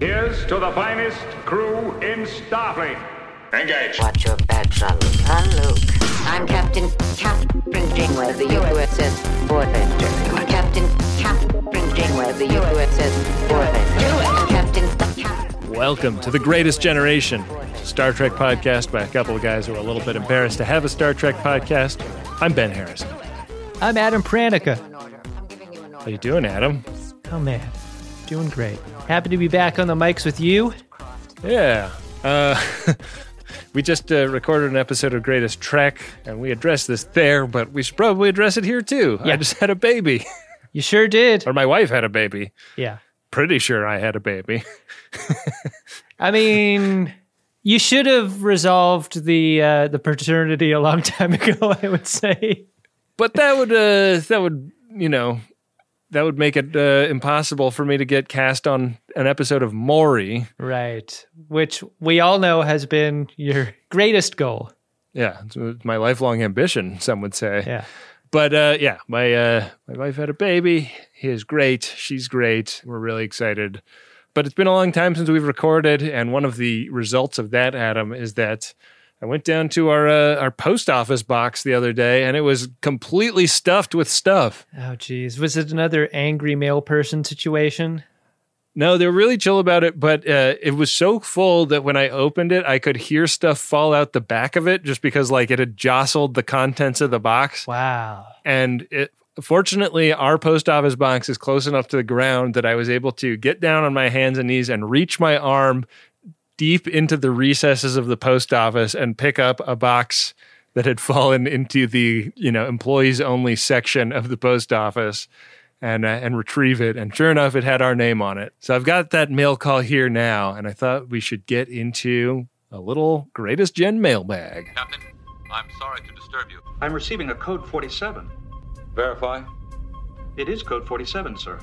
Here's to the finest crew in Starfleet. Engage. Watch your back, son. I'm Luke. I'm Captain Catherine Janeway of the USS Voyager. Captain Catherine Janeway of the USS Voyager. I'm Captain Catherine. Welcome to The Greatest Generation, a Star Trek podcast by a couple of guys who are a little bit embarrassed to have a Star Trek podcast. I'm Ben Harrison. I'm Adam Pranica. I'm giving you an How order. you doing, Adam? Oh man, doing great. Happy to be back on the mics with you. Yeah. Uh, we just uh, recorded an episode of Greatest Trek, and we addressed this there, but we should probably address it here too. I Yeah. just had a baby, You sure did. or my wife had a baby. Yeah. Pretty sure I had a baby. I mean, you should have resolved the uh, the paternity a long time ago. I would say. but that would uh, that would you know that would make it uh, impossible for me to get cast on an episode of Maury. Right, which we all know has been your greatest goal. Yeah, it's uh, my lifelong ambition, some would say. Yeah. But uh, yeah, my uh, my wife had a baby. He is great. She's great. We're really excited. But it's been a long time since we've recorded, and one of the results of that, Adam, is that I went down to our uh, our post office box the other day, and it was completely stuffed with stuff. Oh geez, was it another angry male person situation? No, they were really chill about it, but uh, it was so full that when I opened it, I could hear stuff fall out the back of it just because like it had jostled the contents of the box. Wow. And it, fortunately, our post office box is close enough to the ground that I was able to get down on my hands and knees and reach my arm deep into the recesses of the post office and pick up a box that had fallen into the you know employees only section of the post office and uh, and retrieve it and sure enough it had our name on it so i've got that mail call here now and i thought we should get into a little greatest gen mailbag Captain, I'm sorry to disturb you. I'm receiving a code 47. Verify. It is code 47, sir.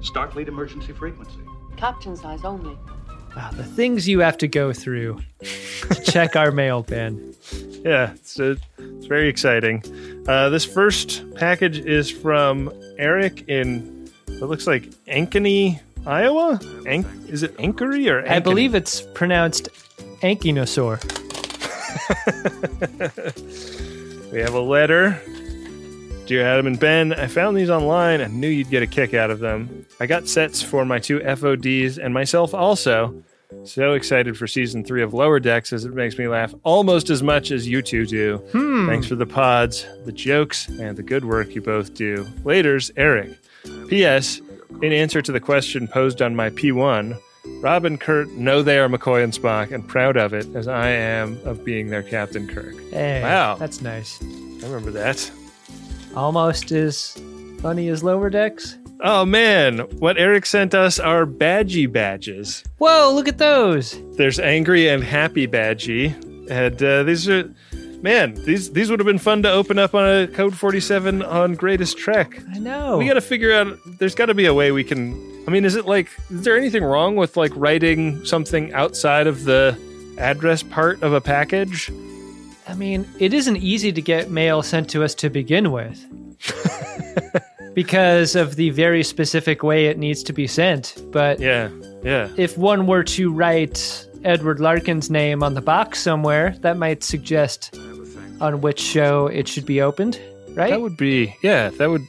Starfleet emergency frequency. Captain size only. Wow, the things you have to go through to check our mail, Ben. yeah, it's, uh, it's very exciting. Uh, this first package is from Eric in it looks like Ankeny, Iowa. Ank- is it Ankeny or I Ankeny? believe it's pronounced ankinosaur. we have a letter. Dear Adam and Ben, I found these online and knew you'd get a kick out of them. I got sets for my two FODs and myself also. So excited for season three of Lower Decks as it makes me laugh almost as much as you two do. Thanks for the pods, the jokes, and the good work you both do. Later's Eric. P.S. In answer to the question posed on my P1, Rob and Kurt know they are McCoy and Spock and proud of it as I am of being their Captain Kirk. Hey, Wow. That's nice. I remember that. Almost as funny as Lower Decks. Oh man, what Eric sent us are badgy badges. Whoa, look at those. There's angry and happy badgy, and uh, these are, man, these these would have been fun to open up on a code 47 on Greatest Trek. I know. We got to figure out. There's got to be a way we can. I mean, is it like? Is there anything wrong with like writing something outside of the address part of a package? I mean, it isn't easy to get mail sent to us to begin with because of the very specific way it needs to be sent. But Yeah, yeah. if one were to write Edward Larkin's name on the box somewhere, that might suggest on which show it should be opened, right? That would be. Yeah, that would.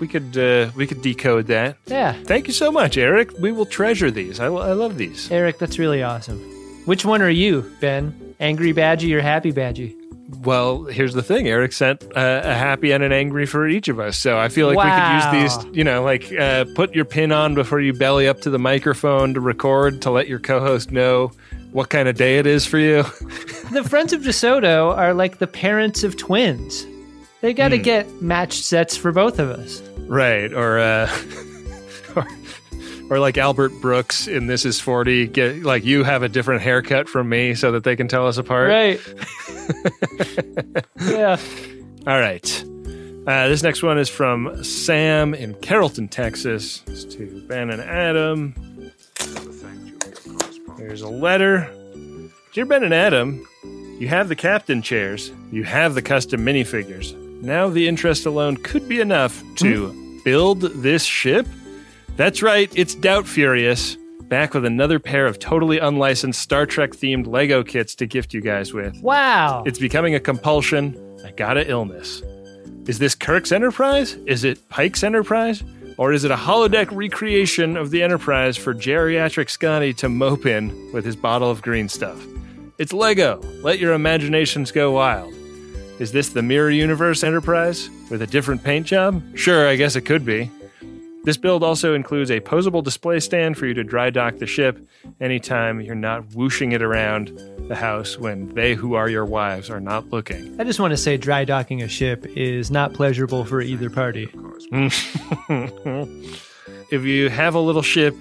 We could. Uh, we could decode that. yeah. Thank you so much, Eric. We will treasure these. I, I love these. Eric, that's really awesome. Which one are you, Ben? Angry Badgie or Happy Badgie? Well, here's the thing. Eric sent uh, a happy and an angry for each of us. So I feel like we could use Wow. these, you know, like uh, put your pin on before you belly up to the microphone to record to let your co host know what kind of day it is for you. the Friends of DeSoto are like the parents of twins. They got to get matched sets for both of us. right. Or, uh, or, or like Albert Brooks in This Is 40, get like you have a different haircut from me so that they can tell us apart. Right. yeah. All right. Uh, this next one is from Sam in Carrollton, Texas. It's to Ben and Adam. There's a letter. Dear Ben and Adam, you have the captain chairs, you have the custom minifigures. Now the interest alone could be enough to build this ship. That's right, it's Doubt Furious. back with another pair of totally unlicensed Star Trek themed Lego kits to gift you guys with. Wow. It's becoming a compulsion. I got an illness. Is this Kirk's Enterprise? Is it Pike's Enterprise? Or is it a holodeck recreation of the Enterprise for geriatric Scotty to mope in with his bottle of green stuff? It's Lego. Let your imaginations go wild. Is this the Mirror Universe Enterprise with a different paint job? Sure, I guess it could be. This build also includes a posable display stand for you to dry dock the ship anytime you're not whooshing it around the house when they who are your wives are not looking. I just want to say dry docking a ship is not pleasurable for either party. If you have a little ship,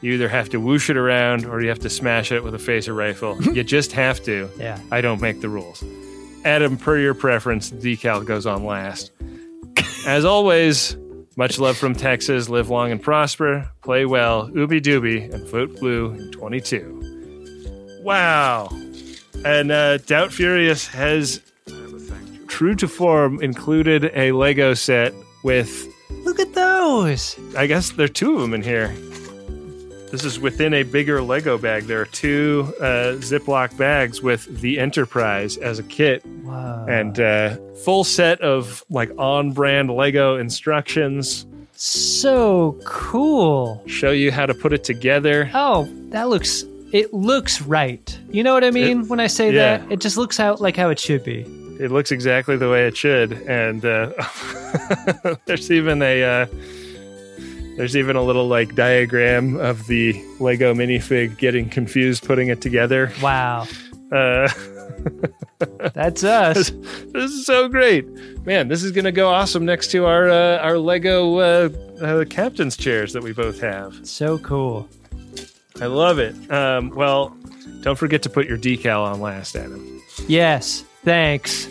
you either have to whoosh it around or you have to smash it with a phaser rifle. you just have to. Yeah. I don't make the rules. Adam, per your preference, decal goes on last. As always, much love from Texas. Live long and prosper. Play well. Ooby Dooby and vote blue in 22. Wow. And uh, Doubt Furious has, true to form, included a Lego set with, Look at those. I guess there are two of them in here. This is within a bigger Lego bag. There are two uh, Ziploc bags with the Enterprise as a kit Wow. and uh, full set of like on brand Lego instructions. so cool. Show you how to put it together. Oh, that looks it looks right. You know what I mean when I say yeah. that? It just looks out like how it should be. It looks exactly the way it should, and uh, there's even a uh, there's even a little like diagram of the Lego minifig getting confused putting it together. Wow. Uh, That's us. this is so great, man! This is gonna go awesome next to our uh, our Lego uh, uh, captain's chairs that we both have. so cool. I love it. Um, well, don't forget to put your decal on last, Adam. Yes. Thanks.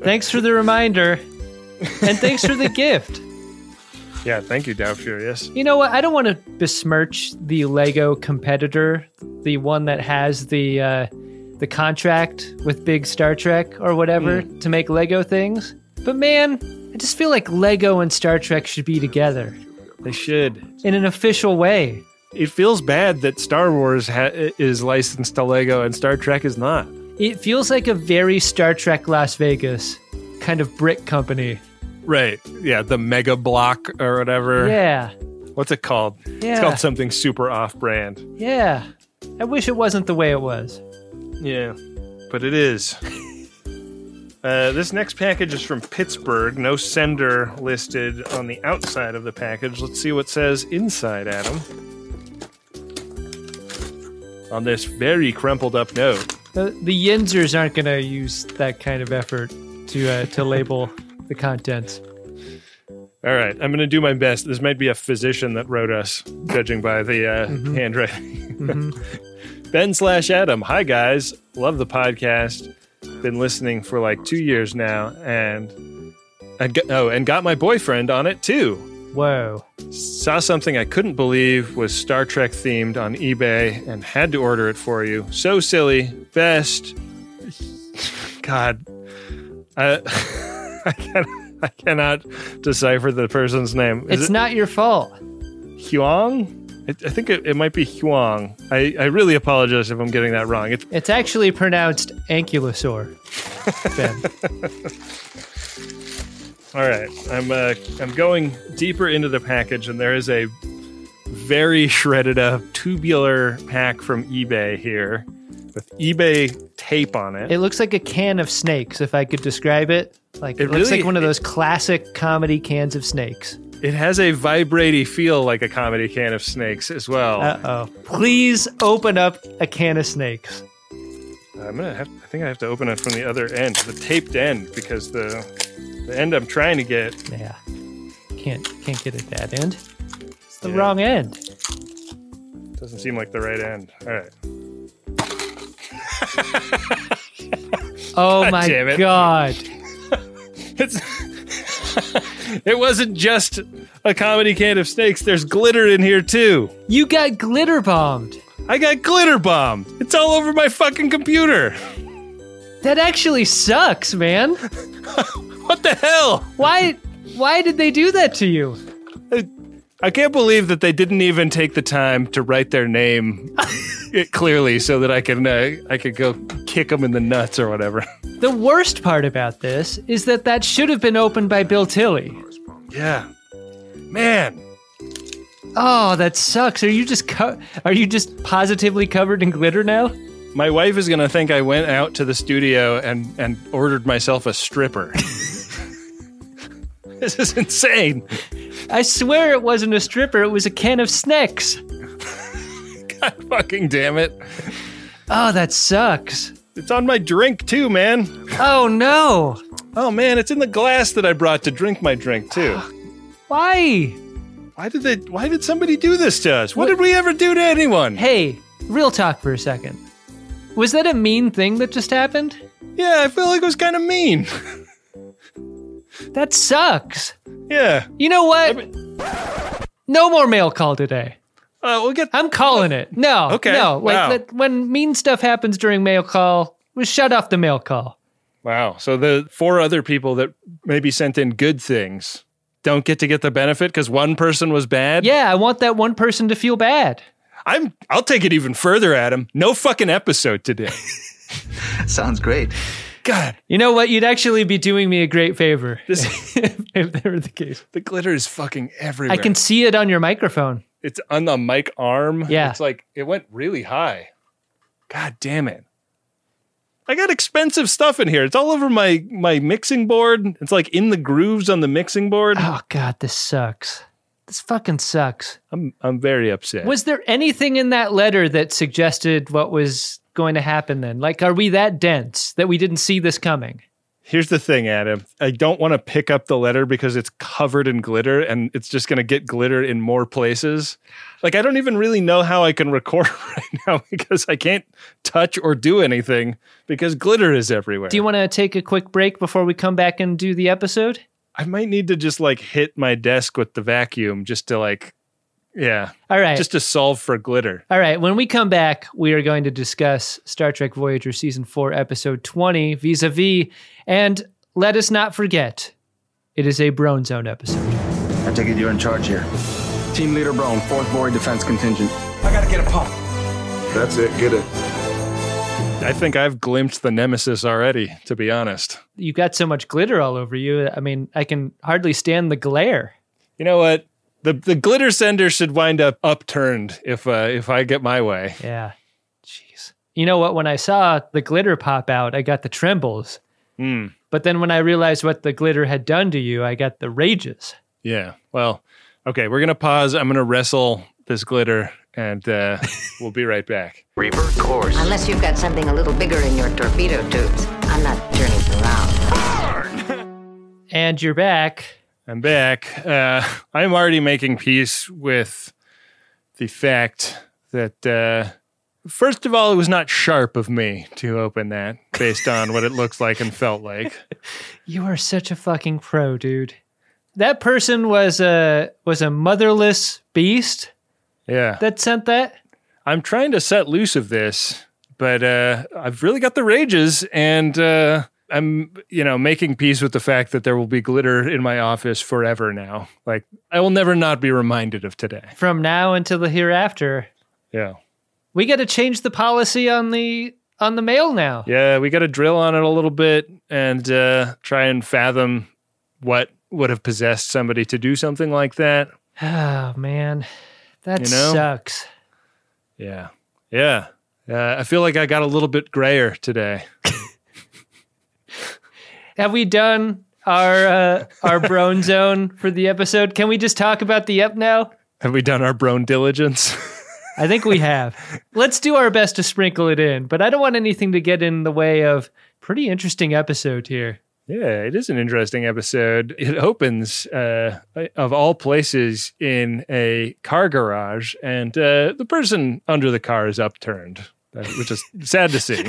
thanks for the reminder. And thanks for the gift. Yeah, thank you, Dow Furious. You know what? I don't want to besmirch the Lego competitor, the one that has the uh, the contract with Big Star Trek or whatever to make Lego things. But man, I just feel like Lego and Star Trek should be together They should. in an official way. It feels bad that Star Wars ha- is licensed to Lego and Star Trek is not. It feels like a very Star Trek Las Vegas kind of brick company. Right. Yeah, the Mega Block or whatever. Yeah, What's it called? It's Yeah. called something super off brand. yeah. I wish it wasn't the way it was. Yeah, but it is. Uh, this next package is from Pittsburgh. No sender listed on the outside of the package. Let's see what says inside, Adam. On this very crumpled up note, The, the Yinzers aren't going to use that kind of effort to uh, to label the contents. All right, I'm going to do my best. This might be a physician that wrote us, judging by the uh, handwriting. ben slash Adam. Hi, guys. Love the podcast. Been listening for like two years now, and I got, oh, and got my boyfriend on it too. Whoa. Saw something I couldn't believe was Star Trek themed on eBay and had to order it for you. So silly. Best. God. I, I, cannot, I cannot decipher the person's name. Is it's it- not your fault. Huang? I, I think it, it might be Huang. I, I really apologize if I'm getting that wrong. It's It's actually pronounced ankylosaur. Ben. all right. I'm uh, I'm going deeper into the package, and there is a very shredded up tubular pack from eBay here with eBay tape on it. it looks like a can of snakes, if I could describe it. Like it, It looks really- like one of those classic comedy cans of snakes. It has a vibraty feel like a comedy can of snakes as well. Uh oh. Please open up a can of snakes. I'm gonna have. I think I have to open it from the other end, the taped end, because the the end I'm trying to get Yeah. Can't can't get it that end. It's the Yeah. wrong end. Doesn't seem like the right end. All right. Oh my damn it. god. It's, it wasn't just a comedy can of snakes. There's glitter in here too. You got glitter bombed. I got glitter bombed. It's all over my fucking computer. That actually sucks, man. What the hell? Why why did they do that to you? I can't believe that they didn't even take the time to write their name it clearly so that I can uh, I could go kick them in the nuts or whatever. The worst part about this is that that should have been opened by Bill Tilly. Yeah, man. Oh, that sucks. Are you just co- are you just positively covered in glitter now? My wife is gonna think I went out to the studio and and ordered myself a stripper. this is insane. I swear it wasn't a stripper, it was a can of snacks. God fucking damn it! Oh, that sucks. It's on my drink too, man. Oh no. Oh man, it's in the glass that I brought to drink my drink too. Why? Why did they? Why did somebody do this to us? What, did we ever do to anyone? Hey, real talk for a second. Was that a mean thing that just happened? Yeah, I feel like it was kind of mean. That sucks. yeah, You know what? No more mail call today. uh, we'll get. I'm calling it. No. Okay, No. Like wow. that, when mean stuff happens during mail call, we shut off the mail call. Wow. So the four other people that maybe sent in good things don't get to get the benefit because one person was bad. Yeah, I want that one person to feel bad. I'm. I'll take it even further, Adam. No fucking episode today. Sounds great. God, You know what? You'd actually be doing me a great favor this if that were the case. the glitter is fucking everywhere. I can see it on your microphone. It's on the mic arm. Yeah. It's like it went really high. God damn it. I got expensive stuff in here. It's all over my my mixing board. It's like in the grooves on the mixing board. Oh god, this sucks. This fucking sucks. I'm I'm very upset. Was there anything in that letter that suggested what was going to happen then? Like are we that dense that we didn't see this coming? Here's the thing, Adam. I don't want to pick up the letter because it's covered in glitter and it's just going to get glitter in more places. Like I don't even really know how I can record right now because I can't touch or do anything because glitter is everywhere. Do you want to take a quick break before we come back and do the episode? I might need to just like hit my desk with the vacuum just to like, yeah, All right. just to solve for glitter. All right, when we come back, we are going to discuss Star Trek Voyager Season 4, Episode 20, vis a vis. And let us not forget, it is a Brone Zone episode. I take it you're in charge here. Team leader Brone, fourth void defense contingent. That's it. Get it. I think I've glimpsed the nemesis already, to be honest. You've got so much glitter all over you. I mean, I can hardly stand the glare. You know what? The the glitter sender should wind up upturned if uh, if I get my way. Yeah. Jeez. You know what? When I saw the glitter pop out, I got the trembles. But then when I realized what the glitter had done to you, I got the rages. Yeah. Well, okay, we're gonna pause. I'm gonna wrestle this glitter, and uh, we'll be right back. Revert course. Unless you've got something a little bigger in your torpedo tubes, I'm not turning around. And you're back. I'm back. Uh, I'm already making peace with the fact that, uh, first of all, it was not sharp of me to open that based on what it looks like and felt like. You are such a fucking pro, dude. That person was a was a motherless beast Yeah. that sent that. I'm trying to set loose of this, but uh, I've really got the rages and. Uh, I'm, you know, making peace with the fact that there will be glitter in my office forever now. Like, I will never not be reminded of today. From now until the hereafter, Yeah. we got to change the policy on the on the mail now. Yeah, we got to drill on it a little bit and uh, try and fathom what would have possessed somebody to do something like that. Oh man, that You know? sucks. Yeah. Yeah. Uh, I feel like I got a little bit grayer today. Have we done our uh, our brone zone for the episode? Can we just talk about the up now? Have we done our brone diligence? I think we have. Let's do our best to sprinkle it in, but I don't want anything to get in the way of pretty interesting episode here. yeah, it is an interesting episode. It opens, uh, of all places, in a car garage, and uh, the person under the car is upturned, uh, which is sad to see.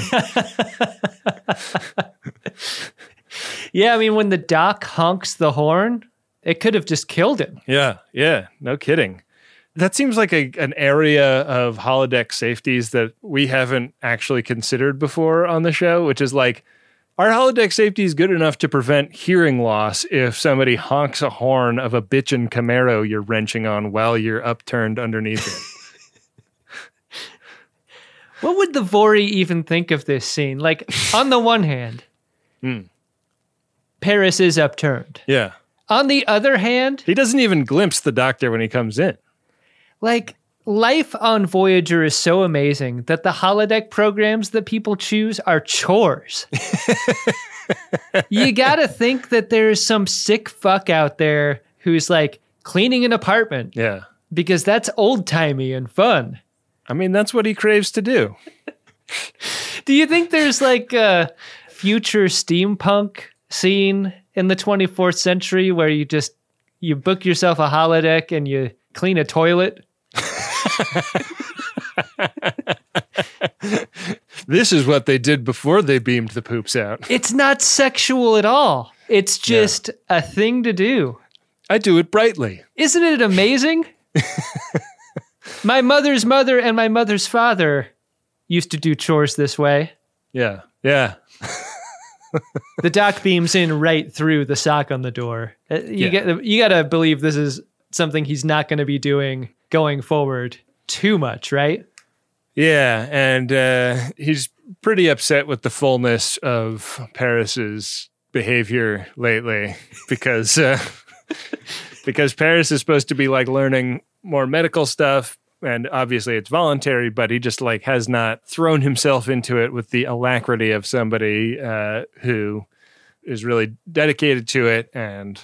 Yeah, I mean, when the doc honks the horn, it could have just killed him. Yeah, yeah, no kidding. That seems like a, an area of holodeck safeties that we haven't actually considered before on the show, which is like Our holodeck safety is good enough to prevent hearing loss if somebody honks a horn of a bitchin' Camaro you're wrenching on while you're upturned underneath it. What would the Vori even think of this scene? Like, on the one hand, Paris is upturned. yeah. On the other hand, He doesn't even glimpse the doctor when he comes in. like, life on Voyager is so amazing that the holodeck programs that people choose are chores. you gotta think that there's some sick fuck out there who's like cleaning an apartment Yeah. because that's old timey and fun. I mean, that's what he craves to do. Do you think there's like a future steampunk scene in the 24th century where you just you book yourself a holodeck and you clean a toilet? This is what they did before they beamed the poops out. It's not sexual at all. It's just a thing to do. I do it brightly. Isn't it amazing? my mother's mother and my mother's father used to do chores this way. Yeah. Yeah. The dock beams in right through the sock on the door. Uh, You get you got to believe this is something he's not going to be doing going forward too much, right? Yeah, and uh, he's pretty upset with the fullness of Paris's behavior lately because uh, because Paris is supposed to be like learning more medical stuff, and obviously it's voluntary, but he just like has not thrown himself into it with the alacrity of somebody uh, who is really dedicated to it, and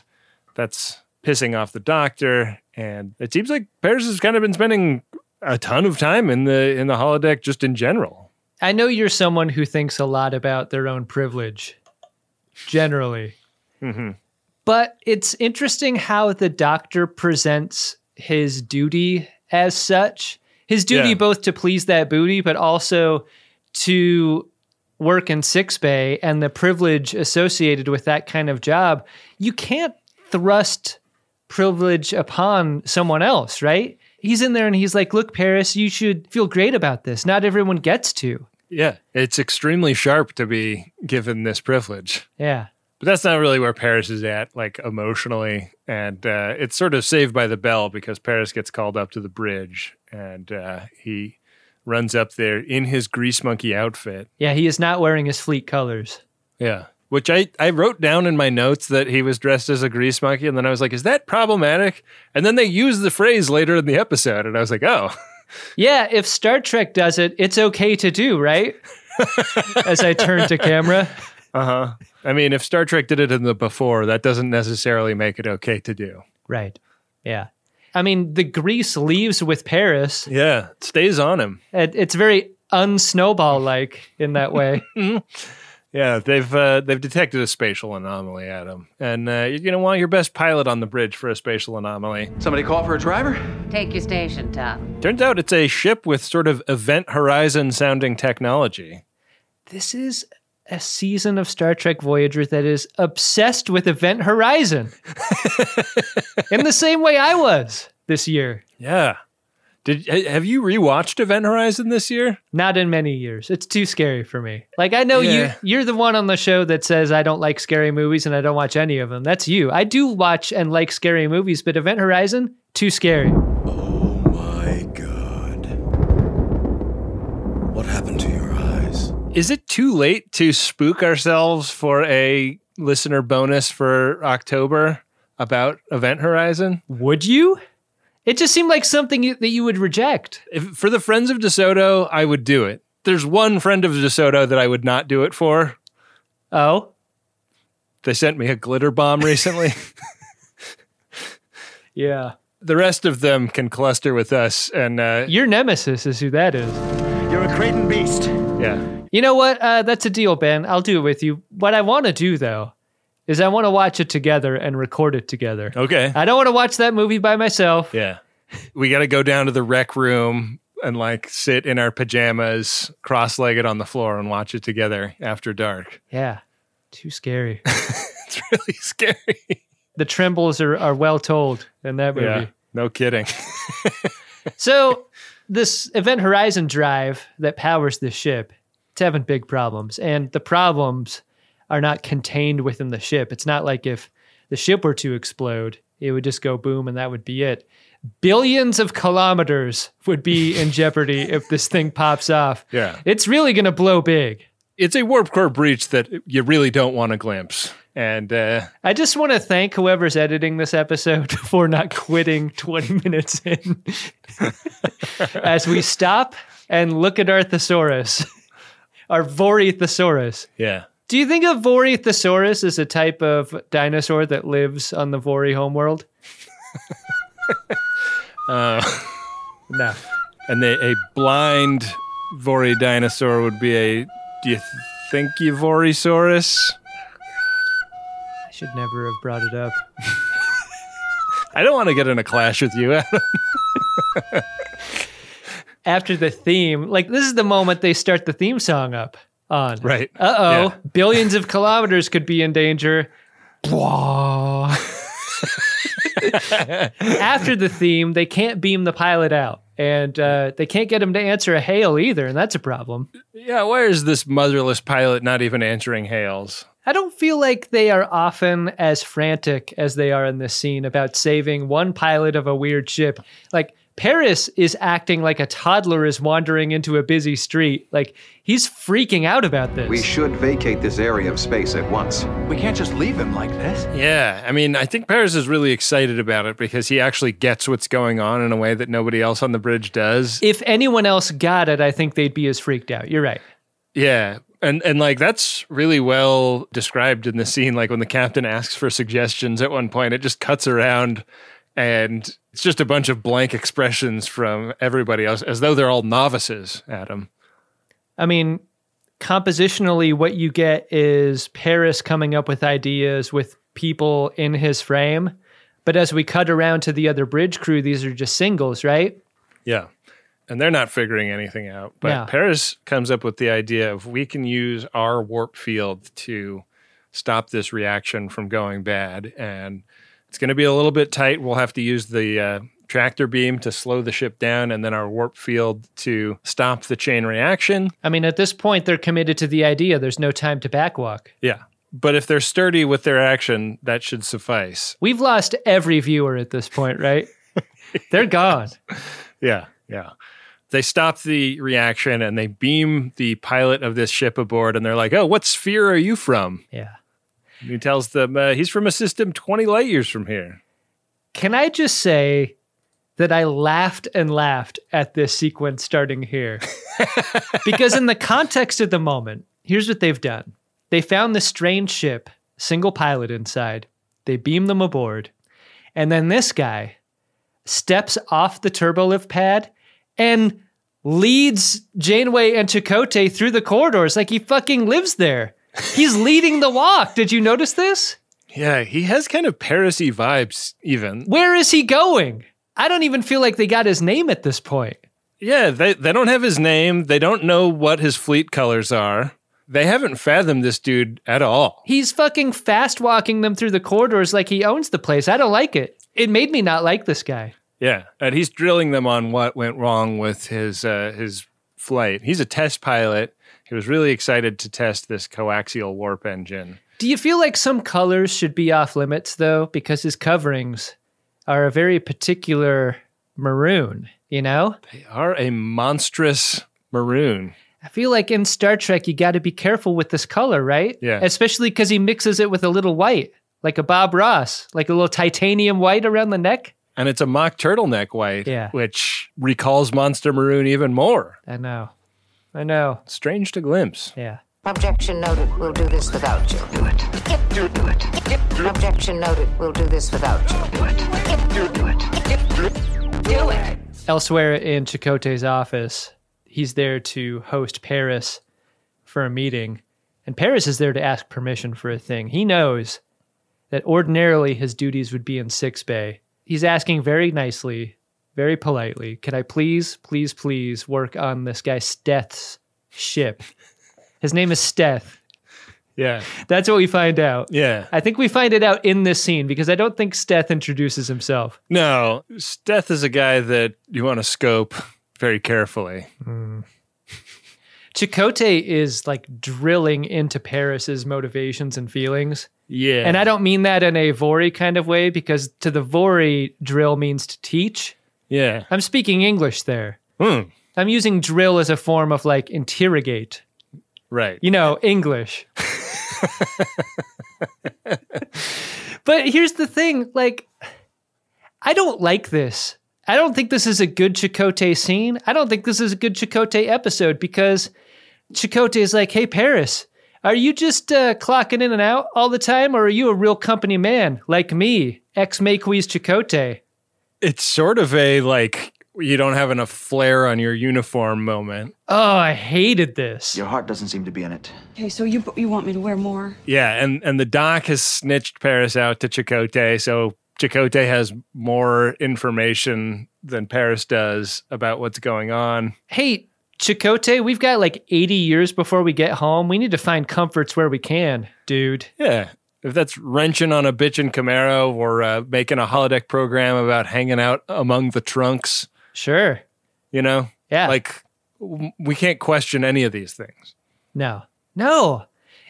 that's pissing off the doctor. And it seems like Paris has kind of been spending a ton of time in the in the holodeck just in general. I know you're someone who thinks a lot about their own privilege generally. But it's interesting how the doctor presents his duty as such. His duty Yeah. both to please that booty, but also to work in Six Bay and the privilege associated with that kind of job. You can't thrust privilege upon someone else, right? He's in there and he's like, Look, Paris, you should feel great about this. Not everyone gets to. Yeah, it's extremely sharp to be given this privilege. Yeah. But that's not really where Paris is at, like emotionally, and uh, it's sort of saved by the bell because Paris gets called up to the bridge, and uh, he runs up there in his grease monkey outfit. Yeah, he is not wearing his fleet colors. Yeah. Which I, I wrote down in my notes that he was dressed as a grease monkey. And then I was like, is that problematic? And then they used the phrase later in the episode. And I was like, oh, Yeah, if Star Trek does it, it's okay to do, right? As I turn to camera. I mean, if Star Trek did it in the before, that doesn't necessarily make it okay to do. Right. Yeah. I mean, the grease leaves with Paris. Yeah. It stays on him. It, it's very unsnowball like in that way. Yeah. They've, uh, they've detected a spatial anomaly at him. And uh, you're going to want your best pilot on the bridge for a spatial anomaly. Somebody call for a driver? Take your station, Tom. Turns out it's a ship with sort of event horizon sounding technology. this is a season of Star Trek Voyager that is obsessed with Event Horizon in the same way I was this year. Yeah. Did ha- have you rewatched Event Horizon this year? Not in many years. It's too scary for me. Like I know Yeah. you you're the one on the show that says I don't like scary movies and I don't watch any of them. That's you. I do watch and like scary movies, but Event Horizon too scary. My God. What happened to your eyes? Is it too late to spook ourselves for a listener bonus for October about Event Horizon? Would you? It just seemed like something you, that you would reject. If, for the friends of DeSoto, I would do it. There's one friend of DeSoto that I would not do it for. Oh, They sent me a glitter bomb recently. yeah. the rest of them can cluster with us and uh, Your nemesis is who that is. You're a Creighton beast. yeah. You know what? Uh, that's a deal, Ben. I'll do it with you. What I want to do though is I want to watch it together and record it together. Okay. I don't want to watch that movie by myself. Yeah. We got to go down to the rec room and like sit in our pajamas, cross legged on the floor and watch it together after dark. Yeah. Too scary. It's really scary. the trembles are, are well told in that movie. No kidding. So this Event Horizon drive that powers this ship, it's having big problems. And the problems are not contained within the ship. It's not like if the ship were to explode, it would just go boom and that would be it. Billions of kilometers would be in jeopardy if this thing pops off. Yeah. It's really going to blow big. It's a warp core breach that you really don't want to glimpse. And uh, I just want to thank whoever's editing this episode for not quitting 20 minutes in as we stop and look at our thesaurus, our Vori thesaurus. yeah, Do you think a Vori thesaurus is a type of dinosaur that lives on the Vori homeworld? No. and they, a blind Vori dinosaur would be a. Do you th- think you Vorisaurus? I should never have brought it up. I don't want to get in a clash with you. Adam. After the theme, like this is the moment they start the theme song up on. right. Uh oh, Yeah. billions of kilometers could be in danger. Blah. After the theme, they can't beam the pilot out, and uh, they can't get him to answer a hail either, and that's a problem. Yeah. Why is this motherless pilot not even answering hails? I don't feel like they are often as frantic as they are in this scene about saving one pilot of a weird ship. Like Paris is acting like a toddler is wandering into a busy street. Like he's freaking out about this. We should vacate this area of space at once. We can't just leave him like this. Yeah, I mean, I think Paris is really excited about it because he actually gets what's going on in a way that nobody else on the bridge does. if anyone else got it, I think they'd be as freaked out. You're right. Yeah. And and like that's really well described in the scene like when the captain asks for suggestions at one point it just cuts around and it's just a bunch of blank expressions from everybody else as though they're all novices, Adam. I mean, compositionally, what you get is Paris coming up with ideas with people in his frame. But as we cut around to the other bridge crew, these are just singles, right? Yeah. And they're not figuring anything out. But Yeah. Paris comes up with the idea of we can use our warp field to stop this reaction from going bad. And it's going to be a little bit tight. We'll have to use the uh, tractor beam to slow the ship down and then our warp field to stop the chain reaction. I mean, at this point, they're committed to the idea. There's no time to backwalk. Yeah. But if they're sturdy with their action, that should suffice. We've lost every viewer at this point, right? they're gone. Yeah, yeah. They stop the reaction and they beam the pilot of this ship aboard, and they're like, "Oh, what sphere are you from?" Yeah. He tells them uh, he's from a system 20 light years from here. Can I just say that I laughed and laughed at this sequence starting here? because, in the context of the moment, here's what they've done they found this strange ship, single pilot inside, they beam them aboard, and then this guy steps off the turbolift pad and leads Janeway and Chakotay through the corridors like he fucking lives there. He's leading the walk. Did you notice this? Yeah, he has kind of Paris vibes, even. Where is he going? I don't even feel like they got his name at this point. Yeah, they, they don't have his name. They don't know what his fleet colors are. They haven't fathomed this dude at all. He's fucking fast walking them through the corridors like he owns the place. I don't like it. It made me not like this guy. Yeah, and he's drilling them on what went wrong with his uh, his flight. He's a test pilot. He was really excited to test this coaxial warp engine. Do you feel like some colors should be off limits though? Because his coverings are a very particular maroon, you know? They are a monstrous maroon. I feel like in Star Trek, you got to be careful with this color, right? Yeah. Especially because he mixes it with a little white, like a Bob Ross, like a little titanium white around the neck. And it's a mock turtleneck white, Yeah. which recalls Monster Maroon even more. I know. I know. Strange to glimpse. Yeah. Objection noted. We'll do this without you. Do it. Do, do it. Objection noted. We'll do this without you. Do it. Do, do it. Do it. elsewhere in Chakotay's office, he's there to host Paris for a meeting, and Paris is there to ask permission for a thing. He knows that ordinarily his duties would be in Six Bay. He's asking very nicely, very politely, "Can I please, please, please work on this guy Steth's ship?" His name is Steth. Yeah. That's what we find out. Yeah. I think we find it out in this scene because I don't think Steth introduces himself. No, Steth is a guy that you want to scope very carefully. Chakotay is like drilling into Paris's motivations and feelings. Yeah. And I don't mean that in a Vori kind of way because to the Vori, drill means to teach. Yeah. I'm speaking English there. Hmm. I'm using drill as a form of like interrogate, Right. you know, English. but here's the thing like, I don't like this. I don't think this is a good Chicote scene. I don't think this is a good Chicote episode because Chicote is like, hey, Paris, are you just uh, clocking in and out all the time or are you a real company man like me, ex Maquis Chicote? It's sort of a like you don't have enough flair on your uniform moment. Oh, I hated this. Your heart doesn't seem to be in it. Okay, so you you want me to wear more? Yeah, and and the doc has snitched Paris out to Chicote, so Chicote has more information than Paris does about what's going on. hey, Chicote, we've got like 80 years before we get home. We need to find comforts where we can, dude. Yeah. If that's wrenching on a bitch in Camaro or uh, making a holodeck program about hanging out among the trunks, Sure. you know? Yeah. Like, w- we can't question any of these things. No. No.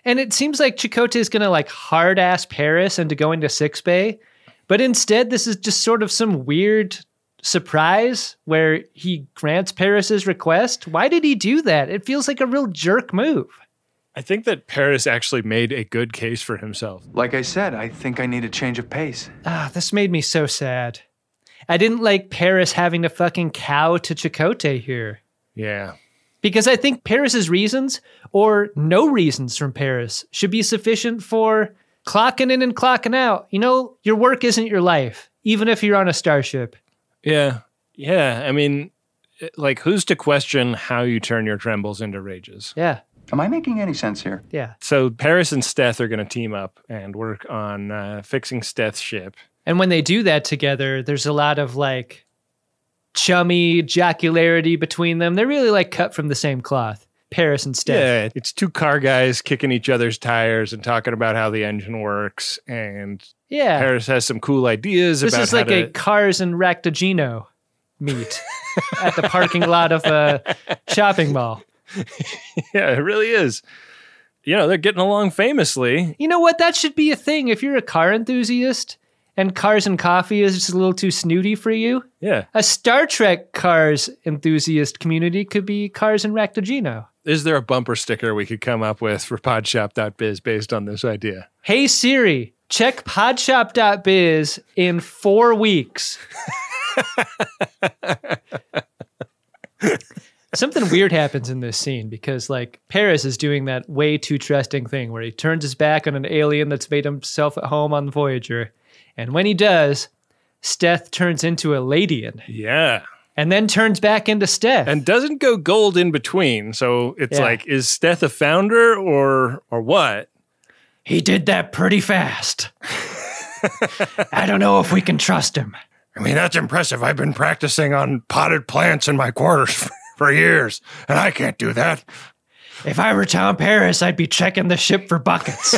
And it seems like Chicote is going to like hard ass Paris into going to Six Bay. But instead, this is just sort of some weird surprise where he grants Paris's request. Why did he do that? It feels like a real jerk move. I think that Paris actually made a good case for himself. Like I said, I think I need a change of pace. Ah, this made me so sad. I didn't like Paris having to fucking cow to Chicote here. Yeah. because I think Paris's reasons or no reasons from Paris should be sufficient for clocking in and clocking out. You know, your work isn't your life, even if you're on a starship. Yeah. Yeah. I mean, it- like, who's to question how you turn your trembles into rages? Yeah, Am I making any sense here? yeah. So, Paris and Steth are going to team up and work on uh, fixing Steth's ship. And when they do that together, there's a lot of like chummy jocularity between them. They're really like cut from the same cloth. Paris and Steph. Yeah, it's two car guys kicking each other's tires and talking about how the engine works. And Yeah. Paris has some cool ideas This about is like how a to- Cars and Ractagino meet at the parking lot of a shopping mall. yeah, it really is. You know, they're getting along famously. you know what? That should be a thing. If you're a car enthusiast and cars and coffee is just a little too snooty for you, Yeah, a Star Trek cars enthusiast community could be Cars and Ractagino. is there a bumper sticker we could come up with for Podshop.biz based on this idea? Hey Siri, check podshop.biz in four weeks. Something weird happens in this scene because, like, Paris is doing that way too trusting thing where he turns his back on an alien that's made himself at home on Voyager. And when he does, Steth turns into a Ladian Yeah, and then turns back into Steth. and doesn't go gold in between. So it's Yeah. like, is Steth a founder or or what? he did that pretty fast. I don't know if we can trust him. I mean, that's impressive. I've been practicing on potted plants in my quarters for years, and I can't do that. If I were Tom Paris, I'd be checking the ship for buckets.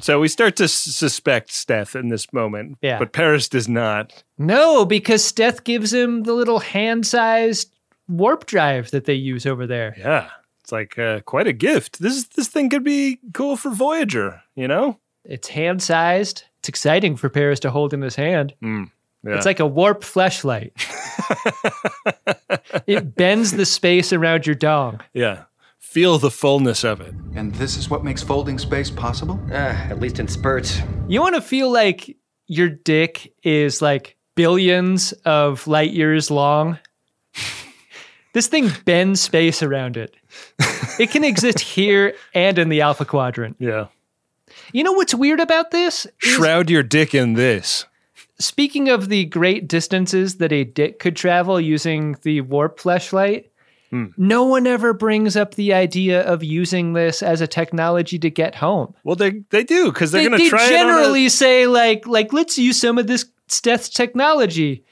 So we start to s- suspect Steth in this moment, Yeah. but Paris does not. no, because Steth gives him the little hand sized warp drive that they use over there. Yeah, it's like uh, quite a gift. This this thing could be cool for Voyager, you know? It's hand sized. It's exciting for Paris to hold in his hand. Yeah. It's like a warp flashlight. it bends the space around your dong. yeah, feel the fullness of it. And this is what makes folding space possible? at least in spurts. You want to feel like your dick is like billions of light years long. this thing bends space around it. It can exist here and in the alpha quadrant. Yeah, You know what's weird about this? is- shroud your dick in this. speaking of the great distances that a dick could travel using the warp flashlight, no one ever brings up the idea of using this as a technology to get home. Well, they they do because they're they, going they to try generally it say like like let's use some of this Steth's technology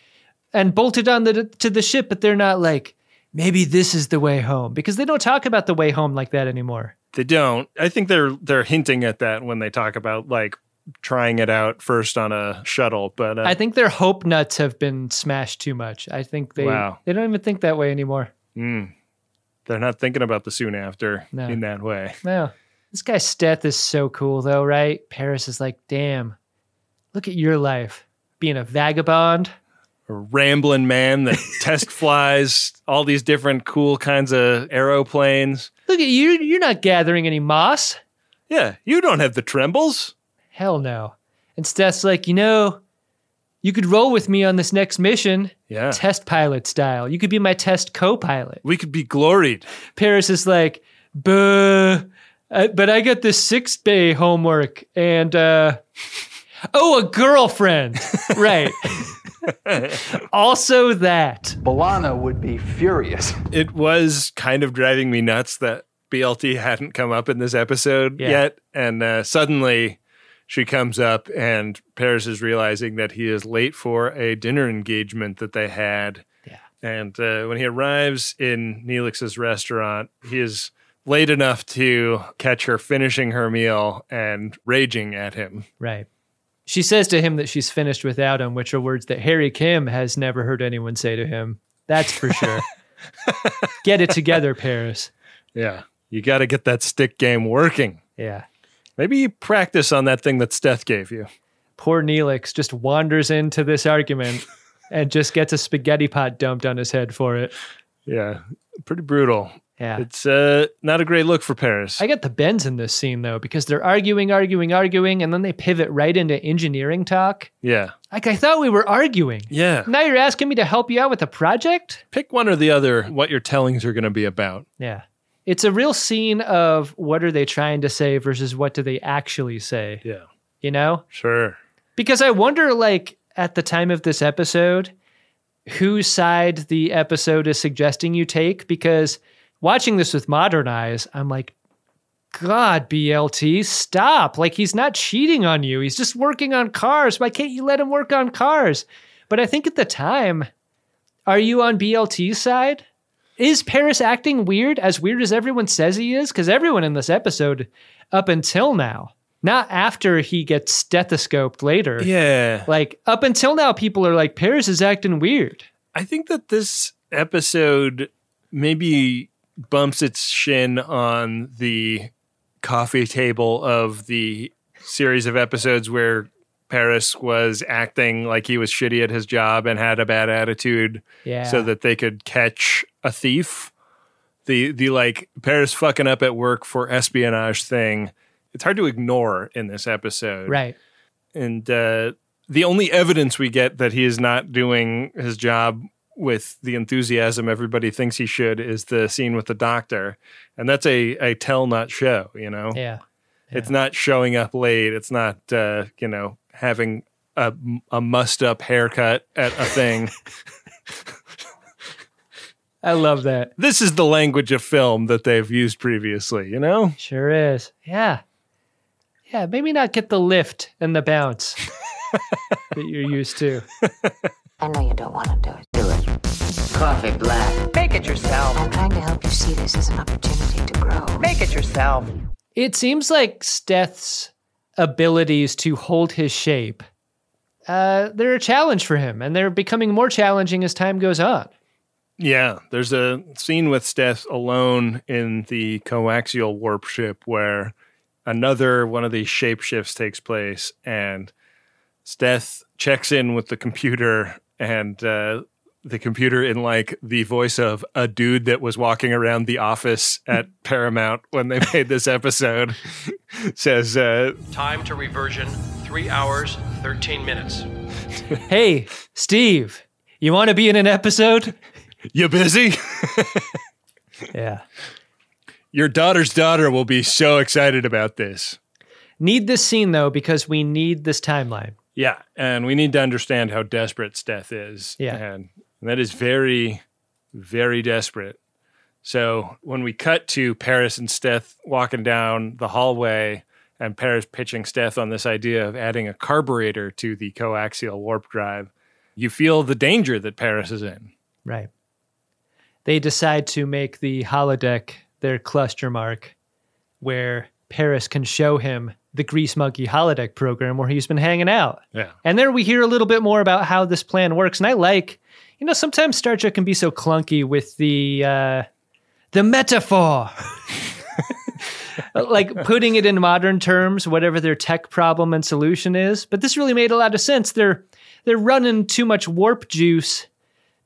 and bolt it on the to the ship, but they're not like maybe this is the way home because they don't talk about the way home like that anymore. On a, they don't. I think they're they're hinting at that when they talk about like trying it out first on a shuttle, but uh, I think their hope nuts have been smashed too much. I think they Wow. they don't even think that way anymore. They're not thinking about the soon after No. in that way. No. This guy Steth is so cool though, right? Paris is like, damn, look at your life. Being a vagabond. A rambling man that test flies all these different cool kinds of aeroplanes. Look at you you're not gathering any moss. Yeah, you don't have the trembles. Hell no. And Steth's like, you know, you could roll with me on this next mission, Yeah. test pilot style. You could be my test co pilot. we could be gloried. Paris is like, buh, I, but I got this six day homework and, uh, oh, a girlfriend. right. also that. Balana would be furious. It was kind of driving me nuts that BLT hadn't come up in this episode Yeah. yet. And uh, suddenly she comes up, and Paris is realizing that he is late for a dinner engagement that they had. Yeah. And uh, when he arrives in Neelix's restaurant, he is late enough to catch her finishing her meal and raging at him. Right. She says to him that she's finished without him, which are words that Harry Kim has never heard anyone say to him. That's for sure. Get it together, Paris. Yeah. You got to get that stick game working. Yeah. Maybe you practice on that thing that Steth gave you. Poor Neelix just wanders into this argument and just gets a spaghetti pot dumped on his head for it. Yeah, pretty brutal. Yeah. It's uh, not a great look for Paris. I get the bends in this scene though, because they're arguing, arguing, arguing, and then they pivot right into engineering talk. yeah, Like I thought we were arguing. yeah. Now you're asking me to help you out with a project? Pick one or the other. What your tellings are going to be about. Yeah. It's a real scene of what are they trying to say versus what do they actually say, Yeah, you know? sure. Because I wonder like at the time of this episode whose side the episode is suggesting you take because watching this with modern eyes, I'm like God, BLT, stop. Like, he's not cheating on you. He's just working on cars. Why can't you let him work on cars? But I think at the time, are you on BLT's side? Is Paris acting weird, as weird as everyone says he is? Because everyone in this episode, up until now, not after he gets stethoscoped later. Yeah, Like, up until now, people are like, Paris is acting weird. I think that this episode maybe bumps its shin on the coffee table of the series of episodes where Paris was acting like he was shitty at his job and had a bad attitude. Yeah. so that they could catch a thief. The the like Paris fucking up at work for espionage thing. It's hard to ignore in this episode, Right. And uh, the only evidence we get that he is not doing his job with the enthusiasm everybody thinks he should is the scene with the doctor, and that's a a tell not show. You know, Yeah. it's not showing up late. It's not uh, you know having a a mussed up haircut at a thing. I love that. this is the language of film that they've used previously, you know? Sure is. Yeah. Yeah, maybe not get the lift and the bounce that you're used to. I know you don't want to do it. Do it. Coffee black. Make it yourself. I'm trying to help you see this as an opportunity to grow. Make it yourself. It seems like Steth's abilities to hold his shape, uh, they're a challenge for him, and they're becoming more challenging as time goes on. Yeah, there's a scene with Steth alone in the coaxial warp ship where another one of these shapeshifts takes place, and Steth checks in with the computer, and uh, the computer, in like the voice of a dude that was walking around the office at Paramount when they made this episode, says, uh, Time to reversion, three hours, 13 minutes. Hey, Steve, you want to be in an episode? You busy? Yeah. Your daughter's daughter will be so excited about this. Need this scene, though, because we need this timeline. Yeah, and we need to understand how desperate Steth is. Yeah. and that is very, very desperate. So when we cut to Paris and Steth walking down the hallway, and Paris pitching Steth on this idea of adding a carburetor to the coaxial warp drive, you feel the danger that Paris is in. Right. They decide to make the holodeck their cluster mark where Paris can show him the Grease Monkey holodeck program where he's been hanging out. Yeah, And there we hear a little bit more about how this plan works. And I like, You know, sometimes Star Trek can be so clunky with the uh, the metaphor. like putting it in modern terms, whatever their tech problem and solution is. But this really made a lot of sense. They're they're running too much warp juice,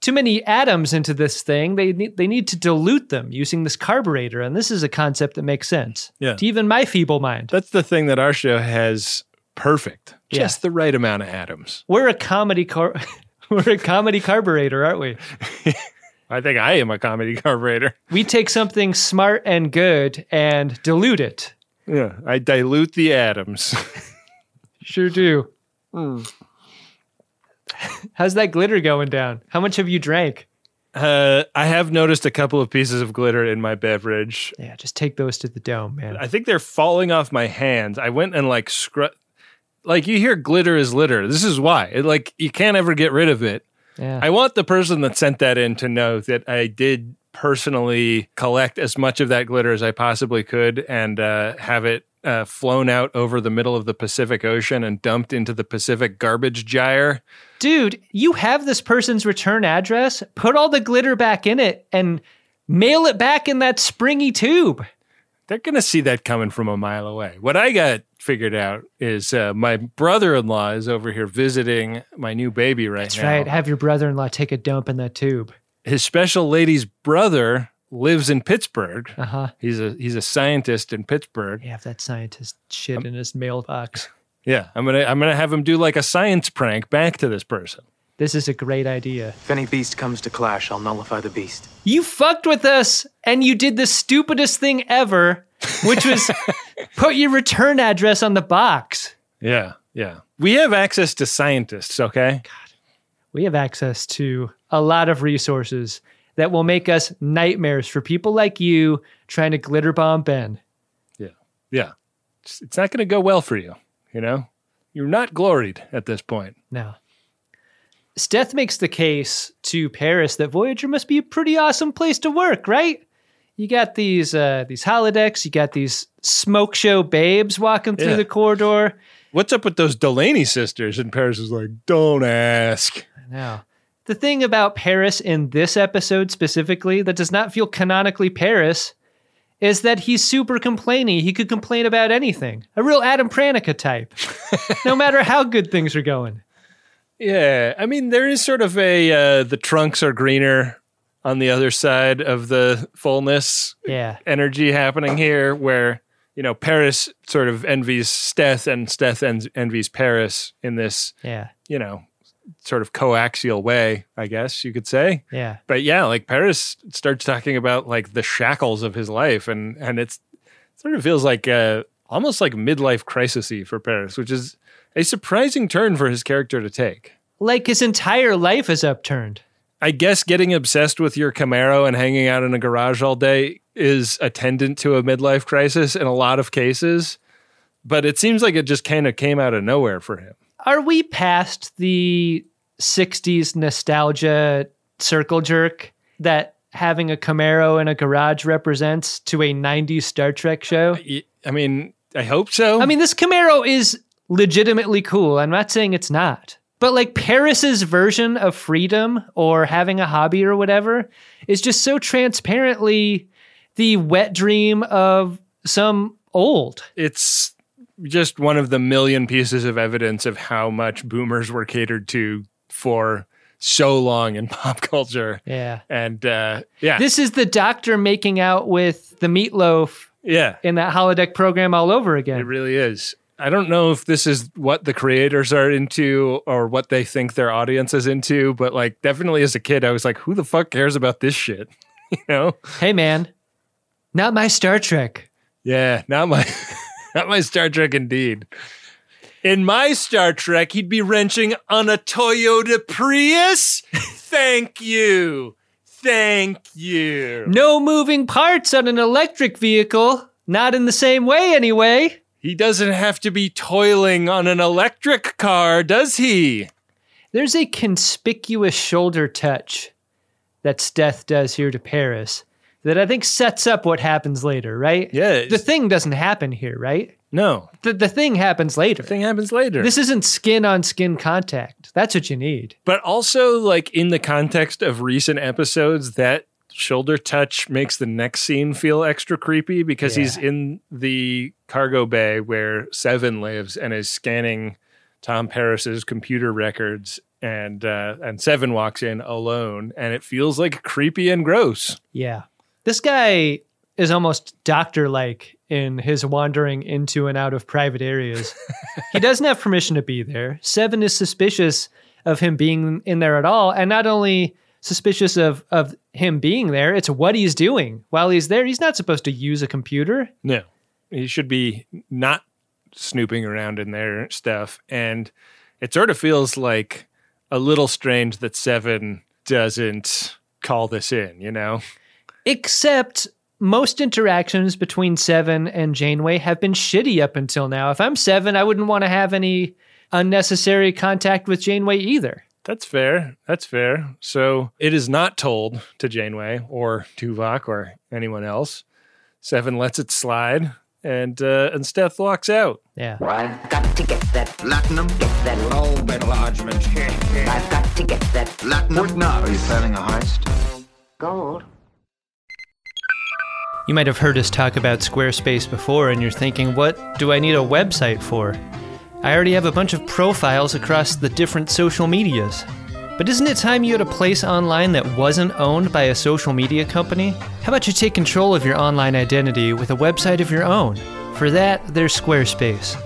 too many atoms into this thing. They need they need to dilute them using this carburetor, and this is a concept that makes sense. Yeah. To even my feeble mind. That's the thing that our show has perfect. Just the right amount of atoms. We're a comedy car we're a comedy carburetor, aren't we? I think I am a comedy carburetor. We take something smart and good and dilute it. Yeah. I dilute the atoms. Sure do. How's that glitter going down? How much have you drank? Uh, I have noticed a couple of pieces of glitter in my beverage. Yeah, just take those to the dome, man. I think they're falling off my hands. I went and like scrub. Like you hear glitter is litter. This is why. It, like you can't ever get rid of it. Yeah. I want the person that sent that in to know that I did personally collect as much of that glitter as I possibly could and uh, have it uh, flown out over the middle of the Pacific Ocean and dumped into the Pacific garbage gyre. Dude, you have this person's return address. Put all the glitter back in it and mail it back in that springy tube. They're going to see that coming from a mile away. What I got figured out is uh, my brother in law is over here visiting my new baby right That's now. right. Have your brother in law take a dump in that tube. his special lady's brother lives in Pittsburgh. Uh huh. He's a he's a scientist in Pittsburgh. You have that scientist shit in his mailbox. Yeah, I'm gonna I'm gonna have him do like a science prank back to this person. This is a great idea. If any beast comes to clash, I'll nullify the beast. You fucked with us and you did the stupidest thing ever, which was put your return address on the box. Yeah, yeah. We have access to scientists, okay? We have access to a lot of resources that will make us nightmares for people like you trying to glitter bomb Ben. Yeah, it's, it's not gonna go well for you. You know, you're not gloried at this point. No. Steth makes the case to Paris that Voyager must be a pretty awesome place to work, right? You got these uh, these holodecks, you got these smoke show babes walking through Yeah. the corridor. What's up with those Delaney sisters? And Paris is like, don't ask. No. The thing about Paris in this episode specifically that does not feel canonically Paris is that he's super complaining. He could complain about anything. A real Adam Pranica type. no matter how good things are going. Yeah, I mean there is sort of a uh, the trunks are greener on the other side of the fullness Yeah. energy happening here, where you know Paris sort of envies Steth and Steth en- envies Paris in this Yeah. you know sort of coaxial way, I guess you could say. Yeah. But yeah, like Paris starts talking about like the shackles of his life, and and it's sort of feels like uh, almost like midlife crisisy for Paris, which is a surprising turn for his character to take. Like his entire life is upturned. I guess getting obsessed with your Camaro and hanging out in a garage all day is attendant to a midlife crisis in a lot of cases, but it seems like it just kind of came out of nowhere for him. Are we past the 60s nostalgia circle jerk that having a Camaro in a garage represents to a 90s Star Trek show? Y- I mean, I hope so. I mean, this Camaro is legitimately cool. I'm not saying it's not. But like Paris's version of freedom or having a hobby or whatever is just so transparently the wet dream of some old. it's just one of the million pieces of evidence of how much boomers were catered to for so long in pop culture. Yeah. And uh, yeah, This is the doctor making out with the meatloaf yeah, in that holodeck program all over It again. really is. I don't know if this is what the creators are into or what they think their audience is into, but like definitely as a kid, I was like, who the fuck cares about this shit? you know? Hey man, not my Star Trek. Yeah, not my not my Star Trek indeed. In my Star Trek, he'd be wrenching on a Toyota Prius. Thank you. Thank you. No moving parts on an electric vehicle, not in the same way anyway. He doesn't have to be toiling on an electric car, does he? There's a conspicuous shoulder touch that Steth does here to Paris that I think sets up what happens later, right? Yeah. The thing doesn't happen here, right? No. The, the thing happens later. The thing happens later. This isn't skin on skin contact. That's what you need. But also, like in the context of recent episodes, that shoulder touch makes the next scene feel extra creepy because he's in the cargo bay where Seven lives and is scanning Tom Paris's computer records. And uh, and Seven walks in alone, and it feels like creepy and gross. Yeah. This guy is almost doctor like in his wandering into and out of private areas. he doesn't have permission to be there. Seven is suspicious of him being in there at all, and not only suspicious of of him being there, it's what he's doing while he's there. He's not supposed to use a computer. No, he should be not snooping around in their stuff. And it sort of feels like a little strange that Seven doesn't call this in, you know? Except most interactions between Seven and Janeway have been shitty up until now. If I'm Seven, I wouldn't want to have any unnecessary contact with Janeway either. That's fair. That's fair. So it is not told to Janeway or Tuvok or anyone else. Seven lets it slide, and uh, and Steph walks out. Yeah. I've got to get that platinum. Get that old enlargement. I've got to get that platinum. What now? Are you planning a heist? Gold. You might have heard us talk about Squarespace before, and you're thinking, what do I need a website for? I already have a bunch of profiles across the different social medias. But isn't it time you had a place online that wasn't owned by a social media company? How about you take control of your online identity with a website of your own? For that, there's Squarespace.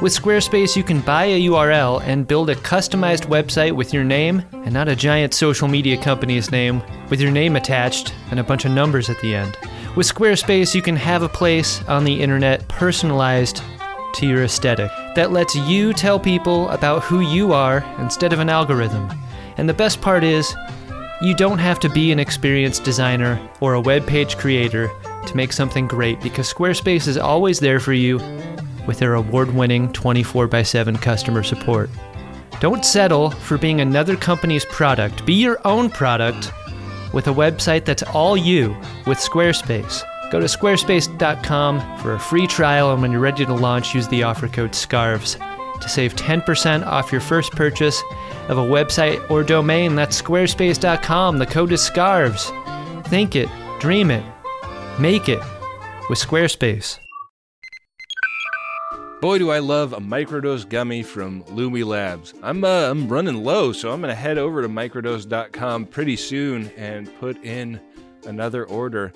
With Squarespace, you can buy a URL and build a customized website with your name and not a giant social media company's name with your name attached and a bunch of numbers at the end. With Squarespace, you can have a place on the internet personalized to your aesthetic that lets you tell people about who you are instead of an algorithm. And the best part is, you don't have to be an experienced designer or a web page creator to make something great because Squarespace is always there for you with their award winning 24 x 7 customer support. Don't settle for being another company's product. Be your own product with a website that's all you with Squarespace. Go to squarespace.com for a free trial, and when you're ready to launch, use the offer code SCARVES to save 10% off your first purchase of a website or domain. That's squarespace.com. The code is SCARVES. Think it, dream it, make it with Squarespace. Boy, do I love a microdose gummy from Lumi Labs. I'm uh, I'm running low, so I'm gonna head over to microdose.com pretty soon and put in another order.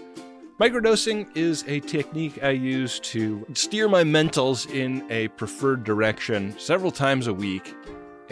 Microdosing is a technique I use to steer my mentals in a preferred direction several times a week,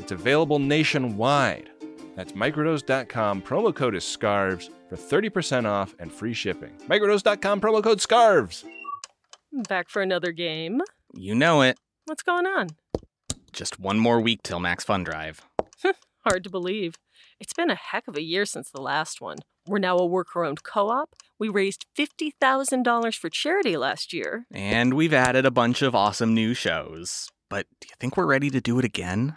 It's available nationwide. That's microdose.com. Promo code is SCARVES for 30% off and free shipping. Microdose.com, promo code SCARVES. Back for another game. You know it. What's going on? Just one more week till Max Fun Drive. Hard to believe. It's been a heck of a year since the last one. We're now a worker owned co op. We raised $50,000 for charity last year. And we've added a bunch of awesome new shows. But do you think we're ready to do it again?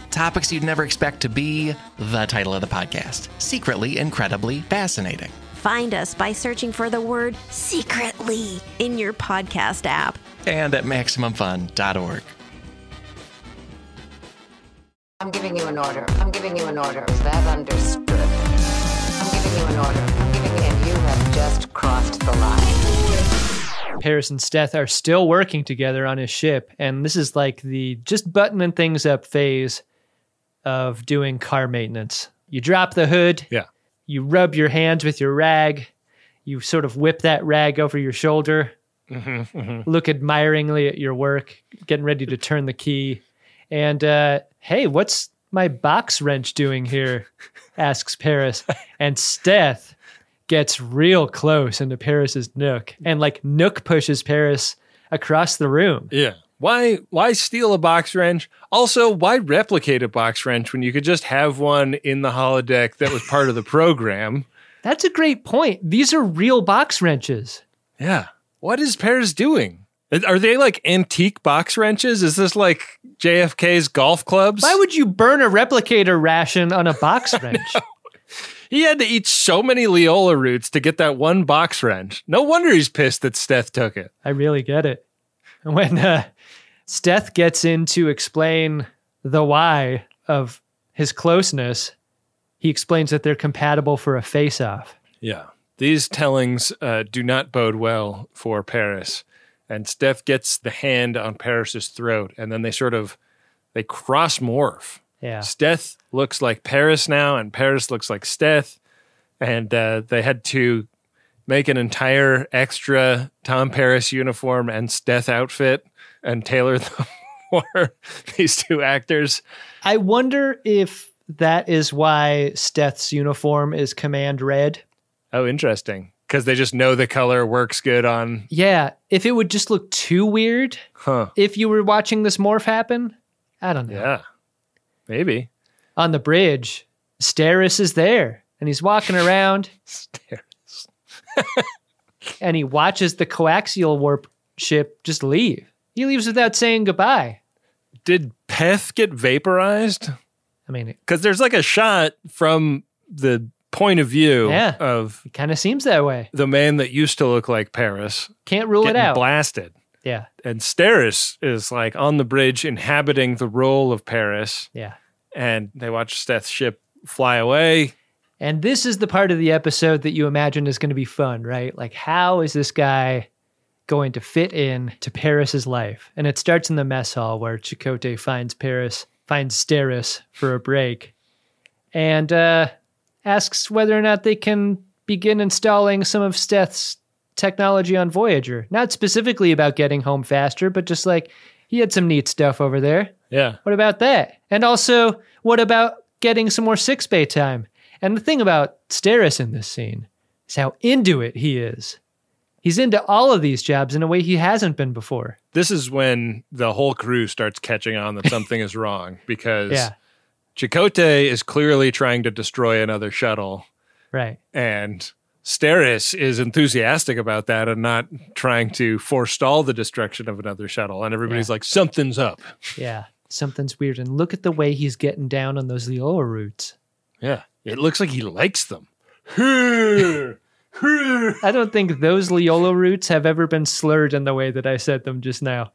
Topics You'd Never Expect to Be, the title of the podcast. Secretly, incredibly fascinating. Find us by searching for the word secretly in your podcast app. And at MaximumFun.org. I'm giving you an order. I'm giving you an order. Is that understood? I'm giving you an order. I'm giving you, and you have just crossed the line. Paris and Steth are still working together on his ship, and this is like the just buttoning things up phase of doing car maintenance. You drop the hood, yeah. You rub your hands with your rag, you sort of whip that rag over your shoulder, look admiringly at your work, getting ready to turn the key, and uh, hey, what's my box wrench doing here? asks Paris, and Steth gets real close into Paris's nook and like Nook pushes Paris across the room. Yeah. Why why steal a box wrench? Also, why replicate a box wrench when you could just have one in the holodeck that was part of the program? That's a great point. These are real box wrenches. Yeah. What is Paris doing? Are they like antique box wrenches? Is this like JFK's golf clubs? Why would you burn a replicator ration on a box wrench? He had to eat so many Leola roots to get that one box wrench. No wonder he's pissed that Steth took it. I really get it. When uh, Steth gets in to explain the why of his closeness, he explains that they're compatible for a face off. Yeah. These tellings uh, do not bode well for Paris. And Steph gets the hand on Paris's throat, and then they sort of they cross morph. Yeah. Steth looks like Paris now, and Paris looks like Steth. And uh, they had to make an entire extra Tom Paris uniform and Steth outfit and tailor them for these two actors. I wonder if that is why Steth's uniform is command red. Oh, interesting. Because they just know the color works good on. Yeah. If it would just look too weird Huh. if you were watching this morph happen, I don't know. Yeah. Maybe. on the bridge, Steris is there and he's walking around Stairs. and he watches the coaxial warp ship just leave. He leaves without saying goodbye. Did Peth get vaporized? I mean, it Because there's like a shot from the point of view Yeah. of kind of seems that way. the man that used to look like Paris Can't rule it getting out. blasted. Yeah. And Steris is like on the bridge inhabiting the role of Paris. Yeah. And they watch Steth's ship fly away. And this is the part of the episode that you imagine is going to be fun, right? Like, how is this guy going to fit in to Paris's life? And it starts in the mess hall where Chicote finds Paris, finds Steris for a break, and uh, asks whether or not they can begin installing some of Steth's technology on Voyager. Not specifically about getting home faster, but just like he had some neat stuff over there. Yeah. What about that? And also, what about getting some more six bay time? And the thing about Steris in this scene is how into it he is. He's into all of these jobs in a way he hasn't been before. This is when the whole crew starts catching on that something is wrong because Yeah. Chakotay is clearly trying to destroy another shuttle. Right. And Steris is enthusiastic about that and not trying to forestall the destruction of another shuttle. And everybody's like, something's up. Yeah. Something's weird. And look at the way he's getting down on those Leola roots. Yeah. It looks like he likes them. Hur, hur. I don't think those Leola roots have ever been slurred in the way that I said them just now.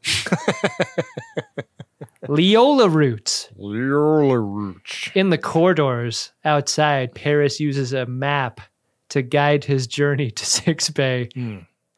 Leola roots. Lurch. In the corridors outside, Paris uses a map to guide his journey to Six Bay.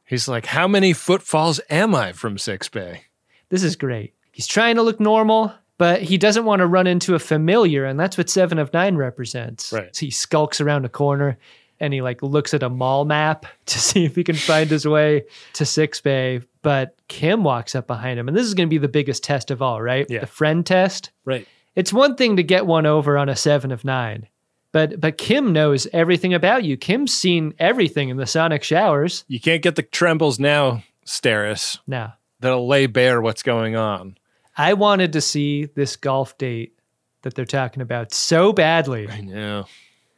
He's like, How many footfalls am I from Six Bay? This is great. He's trying to look normal, but he doesn't want to run into a familiar, and that's what Seven of Nine represents. Right. So he skulks around a corner and he like looks at a mall map to see if he can find his way to Six Bay. But Kim walks up behind him, and this is gonna be the biggest test of all, right? Yeah. The friend test. Right. It's one thing to get one over on a seven of nine. But but Kim knows everything about you. Kim's seen everything in the Sonic showers. You can't get the trembles now, Steris. Now, That'll lay bare what's going on. I wanted to see this golf date that they're talking about so badly. I know.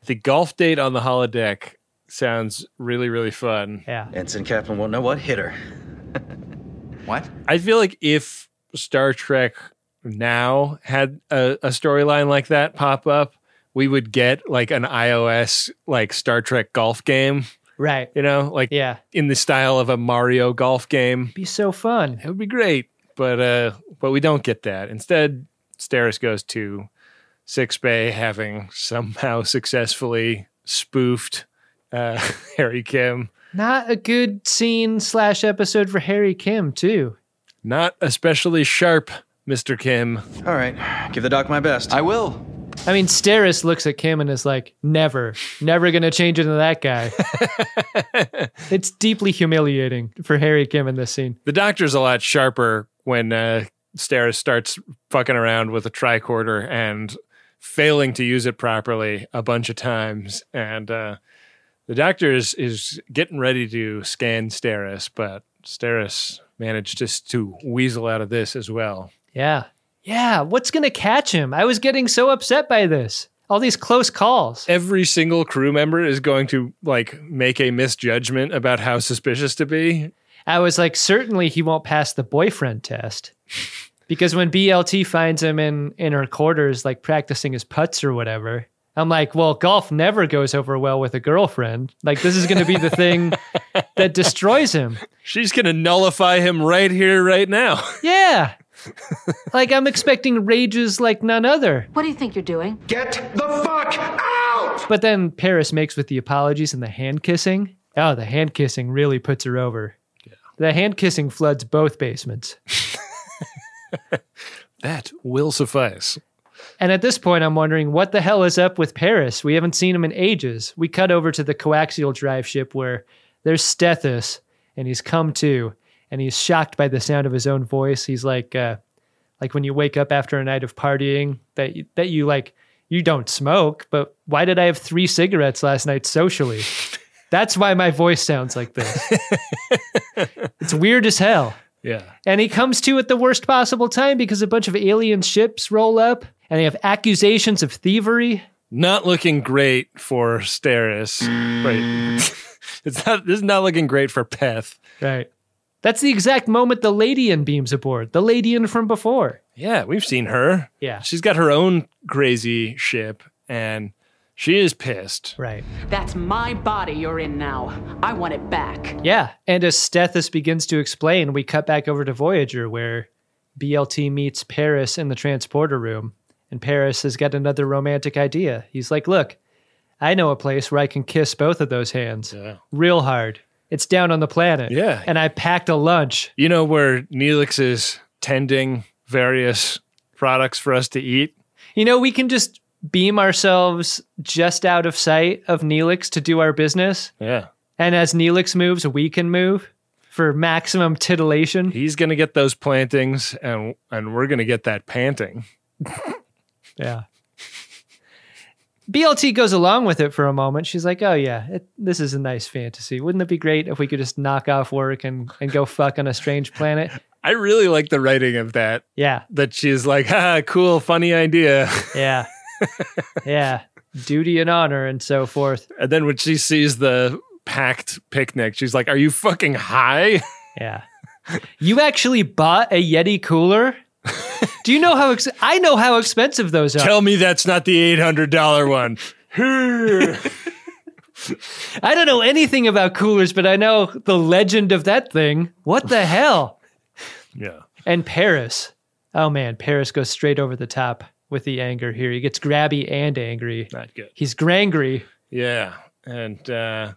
The golf date on the holodeck sounds really, really fun. Yeah. Ensign Kaplan won't know what hit her. What? I feel like if Star Trek now had a, a storyline like that pop up, we would get like an iOS like Star Trek golf game. Right. You know, like yeah. in the style of a Mario golf game. Be so fun. It would be great. But uh but we don't get that. Instead, Steris goes to Six Bay having somehow successfully spoofed uh Harry Kim. Not a good scene slash episode for Harry Kim too. Not especially sharp, Mr. Kim. All right. Give the doc my best. I will. I mean, Steris looks at Kim and is like, never, never going to change into that guy. it's deeply humiliating for Harry Kim in this scene. The doctor's a lot sharper when uh, Steris starts fucking around with a tricorder and failing to use it properly a bunch of times. And uh, the doctor is, is getting ready to scan Steris, but Steris managed just to weasel out of this as well. Yeah. Yeah. What's going to catch him? I was getting so upset by this. All these close calls. Every single crew member is going to like make a misjudgment about how suspicious to be. I was like, certainly he won't pass the boyfriend test. Because when BLT finds him in, in her quarters, like practicing his putts or whatever, I'm like, well, golf never goes over well with a girlfriend. Like, this is going to be the thing that destroys him. She's going to nullify him right here, right now. Yeah. like, I'm expecting rages like none other. What do you think you're doing? Get the fuck out! But then Paris makes with the apologies and the hand kissing. Oh, the hand kissing really puts her over. Yeah. The hand kissing floods both basements. that will suffice. And at this point, I'm wondering what the hell is up with Paris? We haven't seen him in ages. We cut over to the coaxial drive ship where there's Stethis, and he's come to, and he's shocked by the sound of his own voice. He's like, uh, like when you wake up after a night of partying, that you, that you like, you don't smoke, but why did I have three cigarettes last night socially? That's why my voice sounds like this. it's weird as hell. Yeah. And he comes to at the worst possible time because a bunch of alien ships roll up and they have accusations of thievery. Not looking great for Steris. Right. it's not this is not looking great for Peth. Right. That's the exact moment the Ladian beams aboard. The Ladian from before. Yeah, we've seen her. Yeah. She's got her own crazy ship and she is pissed. Right. That's my body you're in now. I want it back. Yeah. And as Stethis begins to explain, we cut back over to Voyager where BLT meets Paris in the transporter room. And Paris has got another romantic idea. He's like, look, I know a place where I can kiss both of those hands yeah. real hard. It's down on the planet. Yeah. And I packed a lunch. You know where Neelix is tending various products for us to eat? You know, we can just beam ourselves just out of sight of Neelix to do our business. Yeah. And as Neelix moves, we can move for maximum titillation. He's going to get those plantings and and we're going to get that panting. yeah. BLT goes along with it for a moment. She's like, "Oh yeah, it, this is a nice fantasy. Wouldn't it be great if we could just knock off work and and go fuck on a strange planet?" I really like the writing of that. Yeah. That she's like, "Ah, cool, funny idea." Yeah. yeah, duty and honor and so forth. And then when she sees the packed picnic, she's like, "Are you fucking high?" Yeah. You actually bought a Yeti cooler? Do you know how ex- I know how expensive those are? Tell me that's not the $800 one. I don't know anything about coolers, but I know the legend of that thing. What the hell? Yeah. And Paris. Oh man, Paris goes straight over the top with the anger here. He gets grabby and angry. Not good. He's grangry. Yeah. And uh,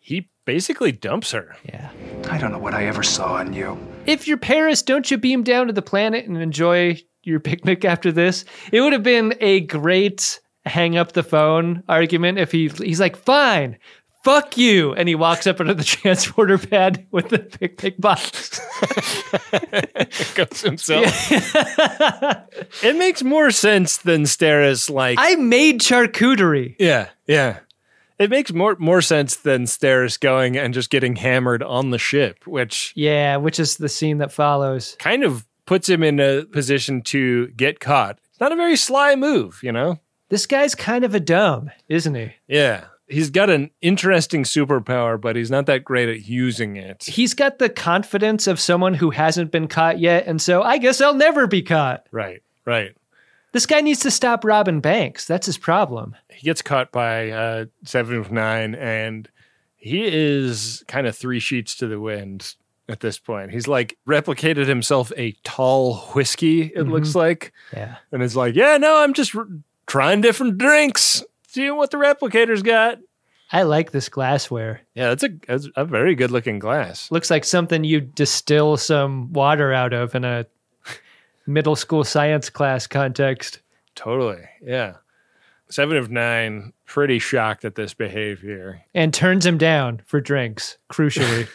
he basically dumps her. Yeah. I don't know what I ever saw in you. If you're Paris, don't you beam down to the planet and enjoy your picnic after this? It would have been a great hang up the phone argument if he he's like, fine, fuck you. And he walks up under the transporter pad with the picnic box. Goes himself. Yeah. it makes more sense than Steris like I made charcuterie. Yeah, yeah. It makes more more sense than Steris going and just getting hammered on the ship, which Yeah, which is the scene that follows. Kind of puts him in a position to get caught. It's not a very sly move, you know? This guy's kind of a dumb, isn't he? Yeah he's got an interesting superpower, but he's not that great at using it. He's got the confidence of someone who hasn't been caught yet, and so I guess I'll never be caught. Right, right. This guy needs to stop robbing banks. That's his problem. He gets caught by uh, Seven of Nine, and he is kind of three sheets to the wind at this point. He's like replicated himself a tall whiskey, it looks like. Yeah. And it's like, yeah, no, I'm just r trying different drinks, seeing what the replicator's got. I like this glassware. Yeah, that's a, that's a very good looking glass. Looks like something you distill some water out of in a middle school science class context. Totally. Yeah. Seven of nine, pretty shocked at this behavior. And turns him down for drinks, crucially.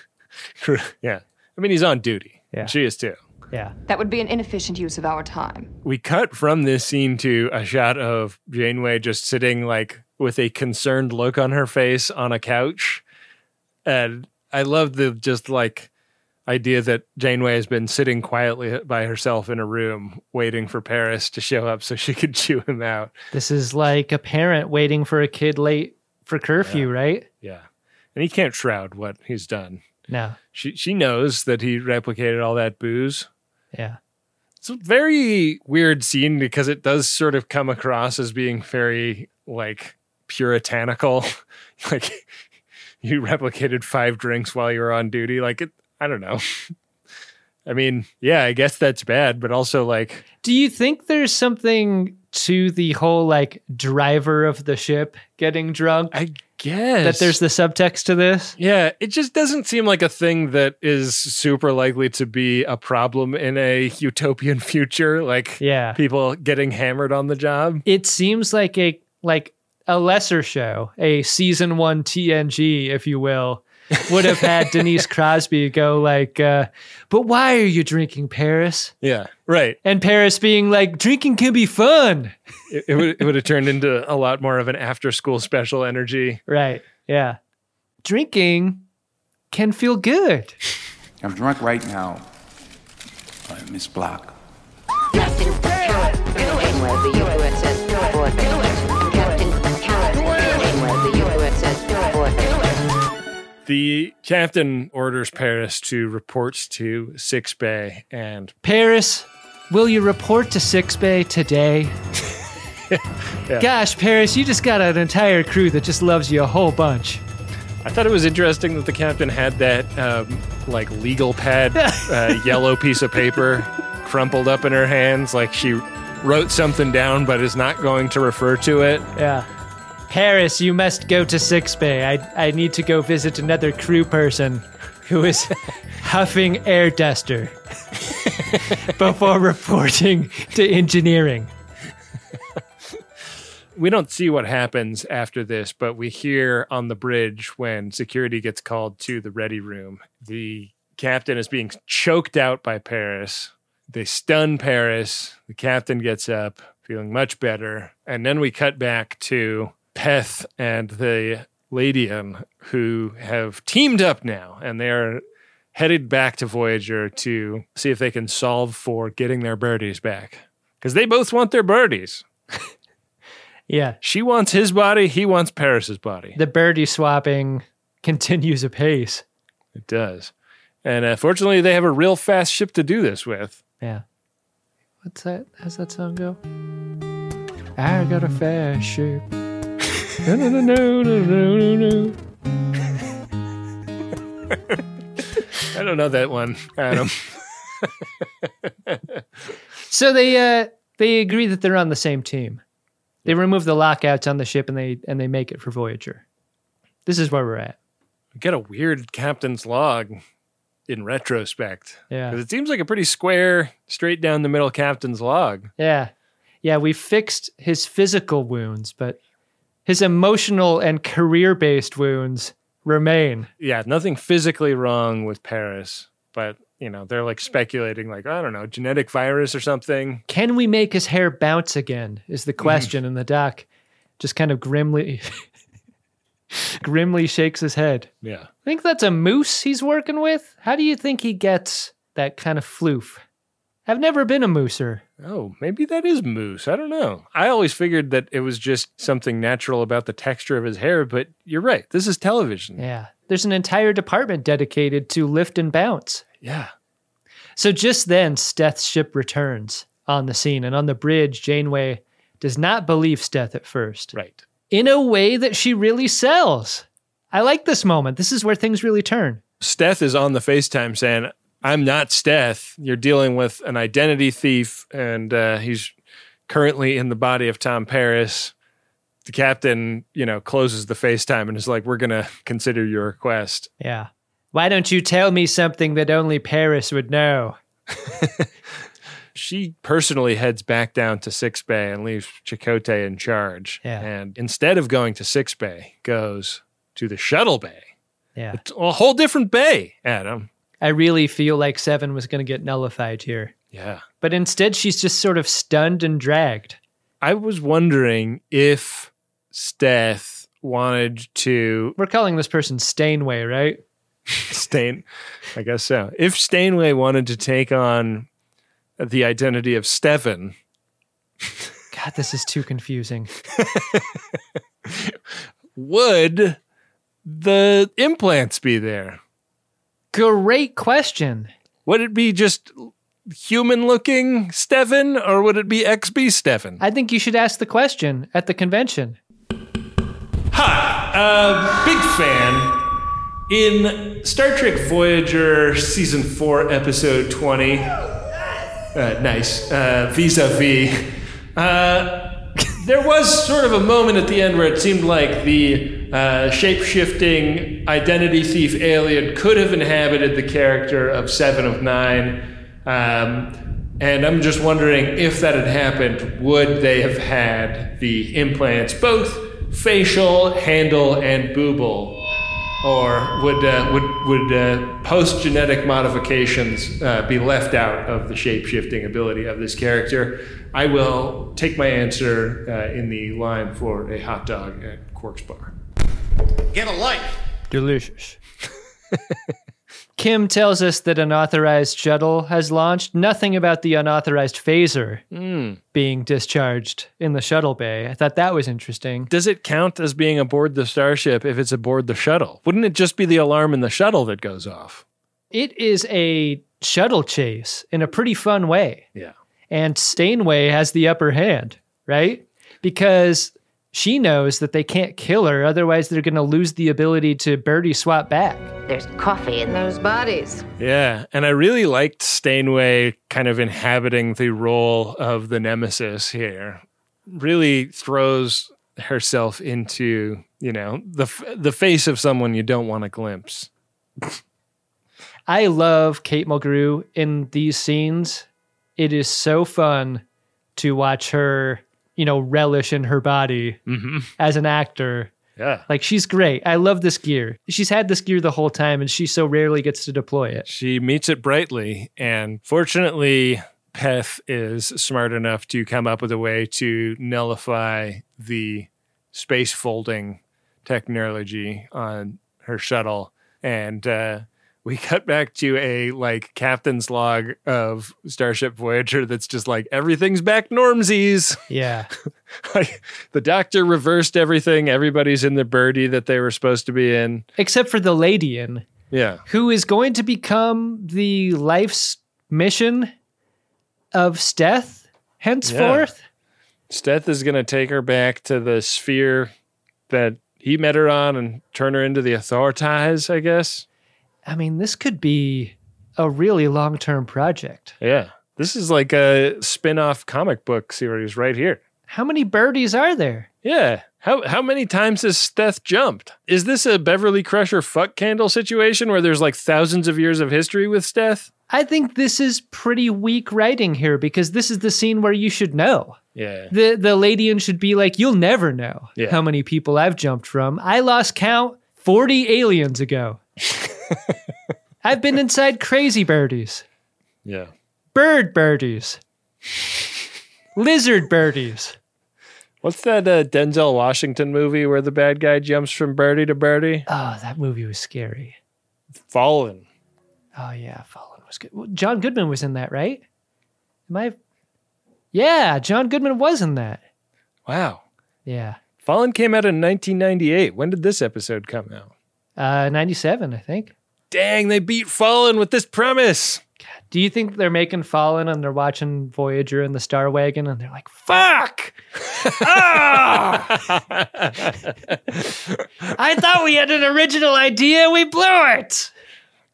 Cru- yeah. I mean, he's on duty. Yeah. She is too. yeah. That would be an inefficient use of our time. We cut from this scene to a shot of Janeway just sitting, like, with a concerned look on her face on a couch. And I love the just like idea that Janeway has been sitting quietly by herself in a room waiting for Paris to show up so she could chew him out. This is like a parent waiting for a kid late for curfew, right? Yeah. And he can't shroud what he's done. No. She she knows that he replicated all that booze. Yeah. It's a very weird scene because it does sort of come across as being very like puritanical. like you replicated five drinks while you were on duty. Like it I don't know. I mean, yeah, I guess that's bad, but also like Do you think there's something to the whole like driver of the ship getting drunk? I guess. That there's the subtext to this? Yeah, it just doesn't seem like a thing that is super likely to be a problem in a utopian future. Like, Yeah. people getting hammered on the job. It seems like a like a lesser show, a season one TNG, if you will, would have had Denise Crosby go like, uh, "But why are you drinking, Paris?" Yeah, right. And Paris being like, "Drinking can be fun." It, it would it would have turned into a lot more of an after school special energy. Right. Yeah. Drinking can feel good. I'm drunk right now. By Miss Block. Captain Coward doing where the USS Fort Bench. Captain Coward doing where the USS Fort Bench. The captain orders Paris to reports to Six Bay, and Paris, will you report to Six Bay today? Yeah. Gosh, Paris, you just got an entire crew that just loves you a whole bunch. I thought it was interesting that the captain had that um, like legal pad, uh, yellow piece of paper, crumpled up in her hands, like she wrote something down but is not going to refer to it. Yeah. Paris, you must go to Six Bay. I, I need to go visit another crew person who is huffing air duster before reporting to engineering. we don't see what happens after this, but we hear on the bridge when security gets called to the ready room. The captain is being choked out by Paris. They stun Paris. The captain gets up, feeling much better. And then we cut back to Peth and the Ladium, who have teamed up now, and they are headed back to Voyager to see if they can solve for getting their birdies back. Because they both want their birdies. Yeah. She wants his body. He wants Paris's body. The birdie swapping continues apace. It does. And uh, fortunately, they have a real fast ship to do this with. Yeah. What's that? How's that song go? I got a fast ship. No, no, no, no, no, no, no. I don't know that one, Adam. So they uh, they agree that they're on the same team. They remove the lockouts on the ship and they and they make it for Voyager. This is where we're at. We Get a weird captain's log in retrospect. Yeah. 'Cause it seems like a pretty square, straight down the middle captain's log. Yeah. Yeah, we fixed his physical wounds, but his emotional and career-based wounds remain. Yeah, nothing physically wrong with Paris, but, you know, they're like speculating, like, I don't know, genetic virus or something. Can we make his hair bounce again? Is the question, and the doc just kind of grimly, grimly shakes his head. Yeah. I think that's a moose he's working with. How do you think he gets that kind of floof? I've never been a mooser. Oh, maybe that is moose. I don't know. I always figured that it was just something natural about the texture of his hair, but you're right. This is television. Yeah. There's an entire department dedicated to lift and bounce. Yeah. So just then, Steth's ship returns on the scene, and on the bridge, Janeway does not believe Steth at first. Right. In a way that she really sells. I like this moment. This is where things really turn. Steth is on the FaceTime saying, I'm not Steth. You're dealing with an identity thief, and uh, he's currently in the body of Tom Paris. The captain, you know, closes the FaceTime and is like, We're going to consider your request. Yeah. Why don't you tell me something that only Paris would know? She personally heads back down to Six Bay and leaves Chakotay in charge. Yeah. And instead of going to Six Bay, goes to the Shuttle Bay. Yeah. It's a whole different bay, Adam. I really feel like Seven was going to get nullified here. Yeah. But instead, she's just sort of stunned and dragged. I was wondering if Steth wanted to We're calling this person Stainway, right? Stain, I guess so. If Stainway wanted to take on the identity of Stefan, God, this is too confusing. would the implants be there? Great question. Would it be just human looking Stefan or would it be XB Stefan? I think you should ask the question at the convention. Hi, uh, big fan. In Star Trek Voyager Season 4, Episode 20, uh, nice, uh, vis a vis, uh, there was sort of a moment at the end where it seemed like the uh, shape shifting identity thief alien could have inhabited the character of Seven of Nine. Um, and I'm just wondering if that had happened, would they have had the implants, both facial, handle, and boobal? Or would, uh, would, would uh, post genetic modifications uh, be left out of the shape shifting ability of this character? I will take my answer uh, in the line for a hot dog at Quark's Bar. Get a light. Delicious. Kim tells us that an authorized shuttle has launched. Nothing about the unauthorized phaser being discharged in the shuttle bay. I thought that was interesting. Does it count as being aboard the starship if it's aboard the shuttle? Wouldn't it just be the alarm in the shuttle that goes off? It is a shuttle chase in a pretty fun way. Yeah. And Stainway has the upper hand, right? Because she knows that they can't kill her, otherwise, they're going to lose the ability to birdie swap back. There's coffee in those bodies. Yeah, and I really liked Stainway kind of inhabiting the role of the nemesis here. Really throws herself into you know the f- the face of someone you don't want to glimpse. I love Kate Mulgrew in these scenes. It is so fun to watch her, you know, relish in her body Mm-hmm. as an actor. Yeah, Like she's great. I love this gear. She's had this gear the whole time and she so rarely gets to deploy it. she meets it brightly, and fortunately, Peth is smart enough to come up with a way to nullify the space folding technology on her shuttle and uh we cut back to a like captain's log of starship voyager that's just like everything's back normsies Yeah. like the doctor reversed everything everybody's in the birdie that they were supposed to be in Except for the Ladian, yeah who is going to become the life's mission of Steth henceforth. steth is going to take her back to the sphere that he met her on and turn her into the authorities i guess I mean, this could be a really long term project. yeah this is like a spin-off comic book series right here How many birdies are there? Yeah. How how many times has Steth jumped? Is this a Beverly Crusher fuck candle situation where there's like thousands of years of history with Steth? I think this is pretty weak writing here because this is the scene where you should know. Yeah. The the Ladian should be like, you'll never know Yeah. how many people I've jumped from. I lost count 40 aliens ago. I've been inside crazy birdies, Yeah. bird birdies, lizard birdies. What's that uh, Denzel Washington movie where the bad guy jumps from birdie to birdie? Oh, that movie was scary. Fallen. Oh yeah, Fallen was good. Well, John Goodman was in that, right? Am I? Yeah, John Goodman was in that. Wow. Yeah. Fallen came out in 1998. When did this episode come out? Uh, 97, I think. Dang, they beat Fallen with this premise. Do you think they're making Fallen and they're watching Voyager and the Star Wagon and they're like, fuck! Ah! I thought we had an original idea. We blew it.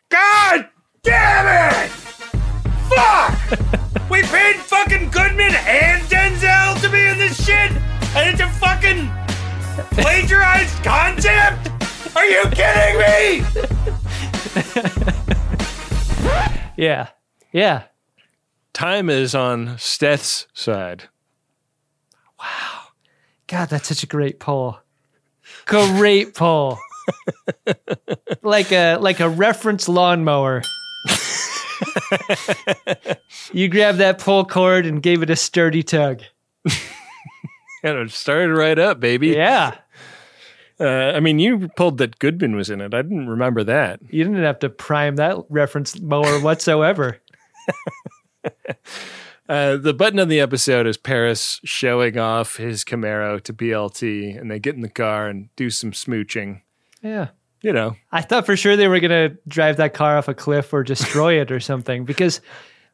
God damn it! Fuck! we paid fucking Goodman and Denzel to be in this shit, and it's a fucking plagiarized concept? Are you kidding me? Yeah. Yeah. Time is on Seth's side. God, that's such a great poll. Great poll. like a like a reference lawnmower. you grabbed that pull cord and gave it a sturdy tug. And it started right up, baby. Yeah. Uh, I mean, you pulled that Goodman was in it. I didn't remember that. You didn't have to prime that reference mower whatsoever. Uh, the button of the episode is Paris showing off his Camaro to BLT, and they get in the car and do some smooching. Yeah. You know, I thought for sure they were going to drive that car off a cliff or destroy it or something because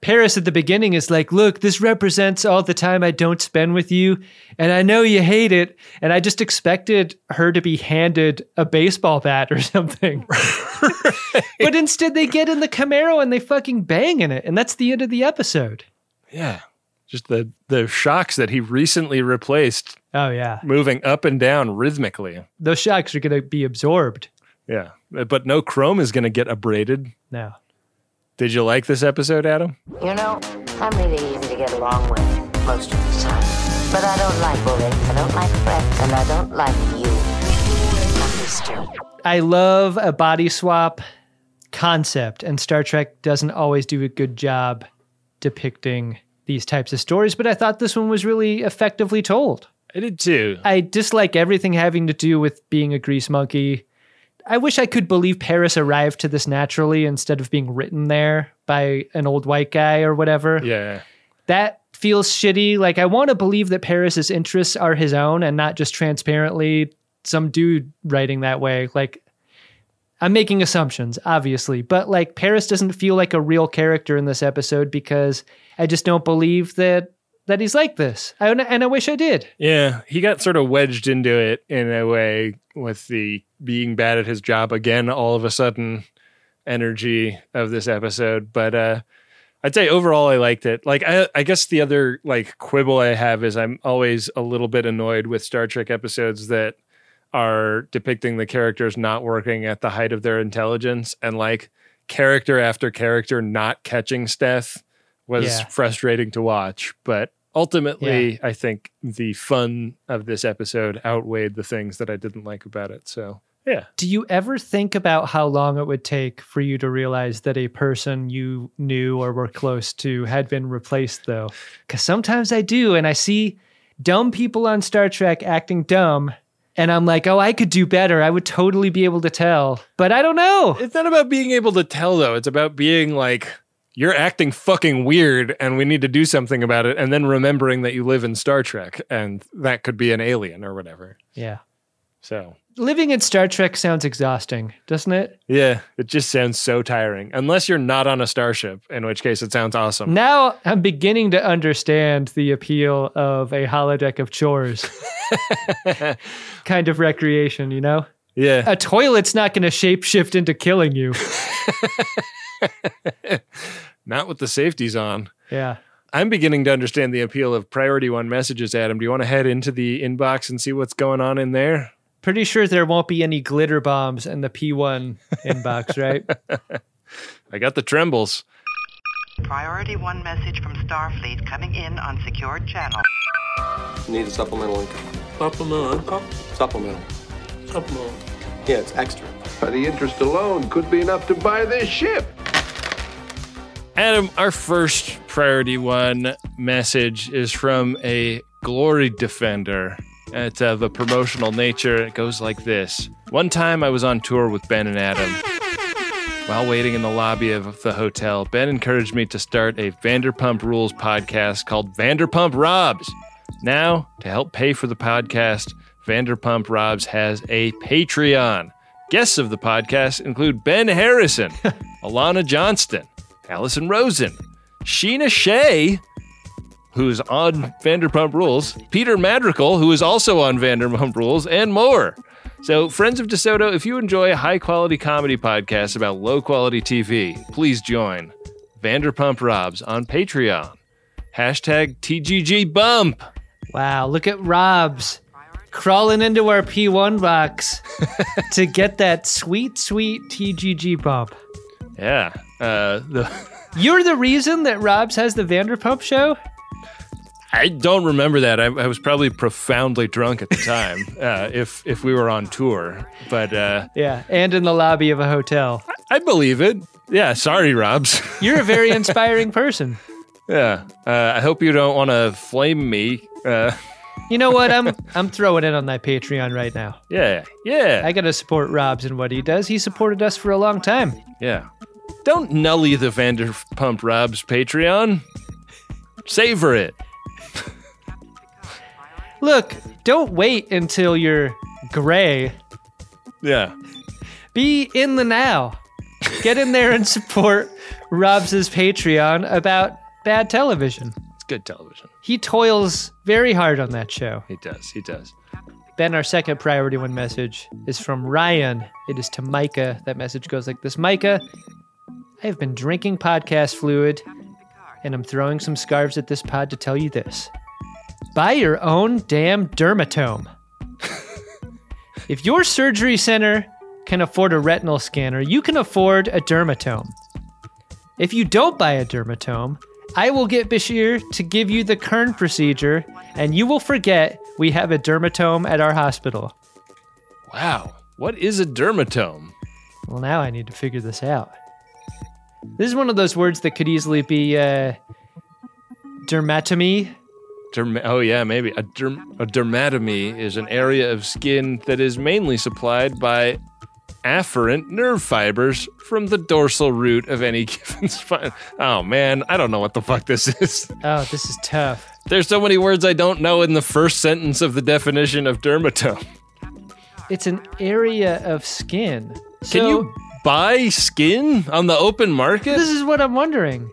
Paris at the beginning is like, look, this represents all the time I don't spend with you. And I know you hate it. And I just expected her to be handed a baseball bat or something. But instead, they get in the Camaro and they fucking bang in it. And that's the end of the episode. yeah, just the the shocks that he recently replaced, Oh, yeah. moving up and down rhythmically. Those shocks are going to be absorbed Yeah, Uh, but no chrome is going to get abraded. now. Did you like this episode, Adam? You know, I'm really easy to get along with most of the time. But I don't like bullies. I don't like threats, and I don't like you. Understood. I love a body swap concept, and Star Trek doesn't always do a good job depicting these types of stories, but I thought this one was really effectively told. I did too. I dislike everything having to do with being a grease monkey. I wish I could believe Paris arrived to this naturally instead of being written there by an old white guy or whatever. Yeah. That feels shitty. Like, I want to believe that Paris's interests are his own and not just transparently some dude writing that way. Like, I'm making assumptions, obviously, but like Paris doesn't feel like a real character in this episode because I just don't believe that that he's like this. I, and I wish I did. Yeah, he got sort of wedged into it in a way with the being bad at his job again all of a sudden energy of this episode, but uh I'd say overall I liked it. Like I I guess the other like quibble I have is I'm always a little bit annoyed with Star Trek episodes that are depicting the characters not working at the height of their intelligence and like character after character not catching Steph was Yeah. frustrating to watch, but ultimately I think the fun of this episode outweighed the things that I didn't like about it. So, yeah. Do you ever think about how long it would take for you to realize that a person you knew or were close to had been replaced, though? Because sometimes I do, and I see dumb people on Star Trek acting dumb, and I'm like, oh, I could do better. I would totally be able to tell, but I don't know. It's not about being able to tell though. It's about being like you're acting fucking weird and we need to do something about it and then remembering that you live in Star Trek and that could be an alien or whatever. Yeah. So, Living in Star Trek sounds exhausting, doesn't it? yeah, it just sounds so tiring unless you're not on a starship, in which case it sounds awesome. Now I'm beginning to understand the appeal of a holodeck of chores kind of recreation, you know? Yeah. a toilet's not going to shapeshift into killing you. Not with the safeties on. Yeah. I'm beginning to understand the appeal of priority one messages, Adam. Do you want to head into the inbox and see what's going on in there? Pretty sure there won't be any glitter bombs in the P1 inbox, right? I got the trembles. Priority one message from Starfleet coming in on secured channel. Need a supplemental income. Supplemental income? Supplemental. Supplemental. Yeah, it's extra. The interest alone could be enough to buy this ship. Adam, our first priority one message is from a glory defender. uh, It's of a promotional nature. It goes like this One time I was on tour with Ben and Adam. While waiting in the lobby of the hotel, Ben encouraged me to start a Vanderpump Rules podcast called Vanderpump Robs. Now, to help pay for the podcast, Vanderpump Robs has a Patreon. Guests of the podcast include Ben Harrison, Alana Johnston, Allison Rosen, Sheena Shea, who's on Vanderpump Rules, Peter Madrigal, who is also on Vanderpump Rules, and more. So, friends of DeSoto, if you enjoy high quality comedy podcasts about low quality TV, please join Vanderpump Robs on Patreon. Hashtag TGG Bump. Wow, look at Rob's crawling into our P1 box to get that sweet, sweet TGG bump. Yeah. Uh, the, You're the reason that Rob's has the Vanderpump show? I don't remember that. I, I was probably profoundly drunk at the time. uh, if if we were on tour, but uh, Yeah, and in the lobby of a hotel. I believe it. Yeah, sorry, Robs. You're a very inspiring person. yeah, uh, I hope you don't want to flame me. Uh, You know what? I'm I'm throwing in on that Patreon right now. yeah, yeah, I gotta support Rob's and what he does. He supported us for a long time. yeah. Don't nully the Vanderpump Robs Patreon. Savor it. Look, don't wait until you're gray. Yeah. Be in the now. Get in there and support Rob's Patreon about bad television. It's good television. He toils very hard on that show. He does. He does. Ben, our second priority one message is from Ryan. It is to Micah. That message goes like this Micah, I have been drinking podcast fluid and I'm throwing some scarves at this pod to tell you this. Buy your own damn dermatome. if your surgery center can afford a retinal scanner, you can afford a dermatome. If you don't buy a dermatome, I will get Bashir to give you the Kern procedure, and you will forget we have a dermatome at our hospital. Wow. What is a dermatome? Well, now I need to figure this out. This is one of those words that could easily be uh, dermatomy. Derm- oh yeah, maybe a, derm- a dermatomy is an area of skin that is mainly supplied by afferent nerve fibers from the dorsal root of any given spine. Oh man, I don't know what the fuck this is. Oh, this is tough. There's so many words I don't know in the first sentence of the definition of dermatome. It's an area of skin. So Can you buy skin on the open market? This is what I'm wondering.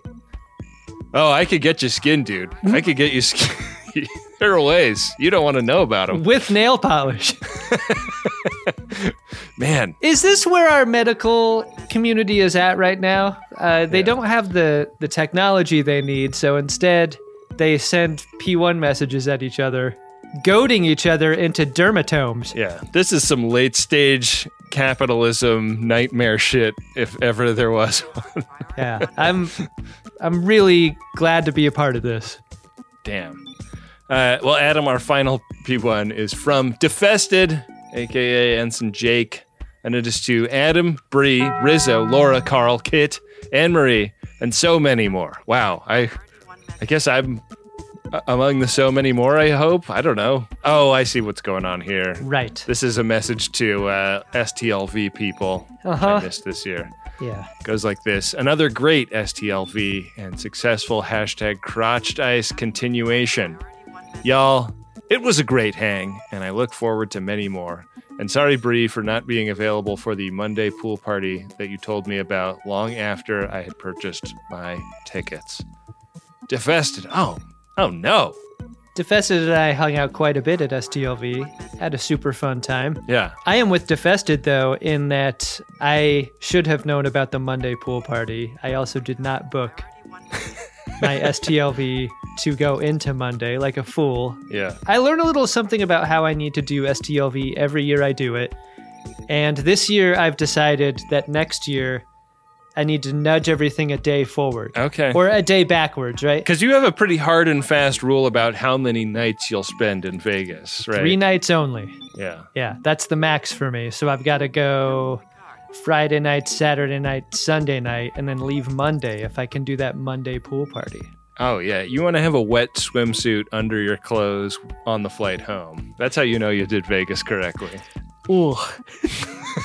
oh, I could get you skin, dude. I could get you skin. there are ways. You don't want to know about them. With nail polish. Man, Is this where our medical community is at right now? Uh, they don't have the, the technology they need, so instead they send P1 messages at each other, goading each other into dermatomes. Yeah, this is some late stage capitalism nightmare shit, if ever there was one. Yeah, I'm I'm really glad to be a part of this. Damn. Uh, well, Adam, our final P1 is from Defested, aka Ensign Jake, and it is to Adam, Bree, Rizzo, Laura, Carl, Kit, Anne Marie, and so many more. Wow, I, I guess I'm a- among the so many more. I hope. I don't know. Oh, I see what's going on here. Right. This is a message to uh, STLV people. which Uh-huh. I missed this year. Yeah. goes like this another great STLV and successful hashtag crotched ice continuation. Y'all, it was a great hang, and I look forward to many more. And sorry, Bree, for not being available for the Monday pool party that you told me about long after I had purchased my tickets. Defested. Oh, oh no. Defested and I hung out quite a bit at STLV. Had a super fun time. Yeah. I am with Defested though in that I should have known about the Monday pool party. I also did not book my STLV to go into Monday like a fool. Yeah. I learn a little something about how I need to do STLV every year I do it. And this year I've decided that next year I need to nudge everything a day forward. Okay. Or a day backwards, right? Because you have a pretty hard and fast rule about how many nights you'll spend in Vegas, right? Three nights only. yeah. Yeah, that's the max for me. So I've got to go Friday night, Saturday night, Sunday night, and then leave Monday if I can do that Monday pool party. Oh yeah, you want to have a wet swimsuit under your clothes on the flight home. That's how you know you did Vegas correctly. Ooh.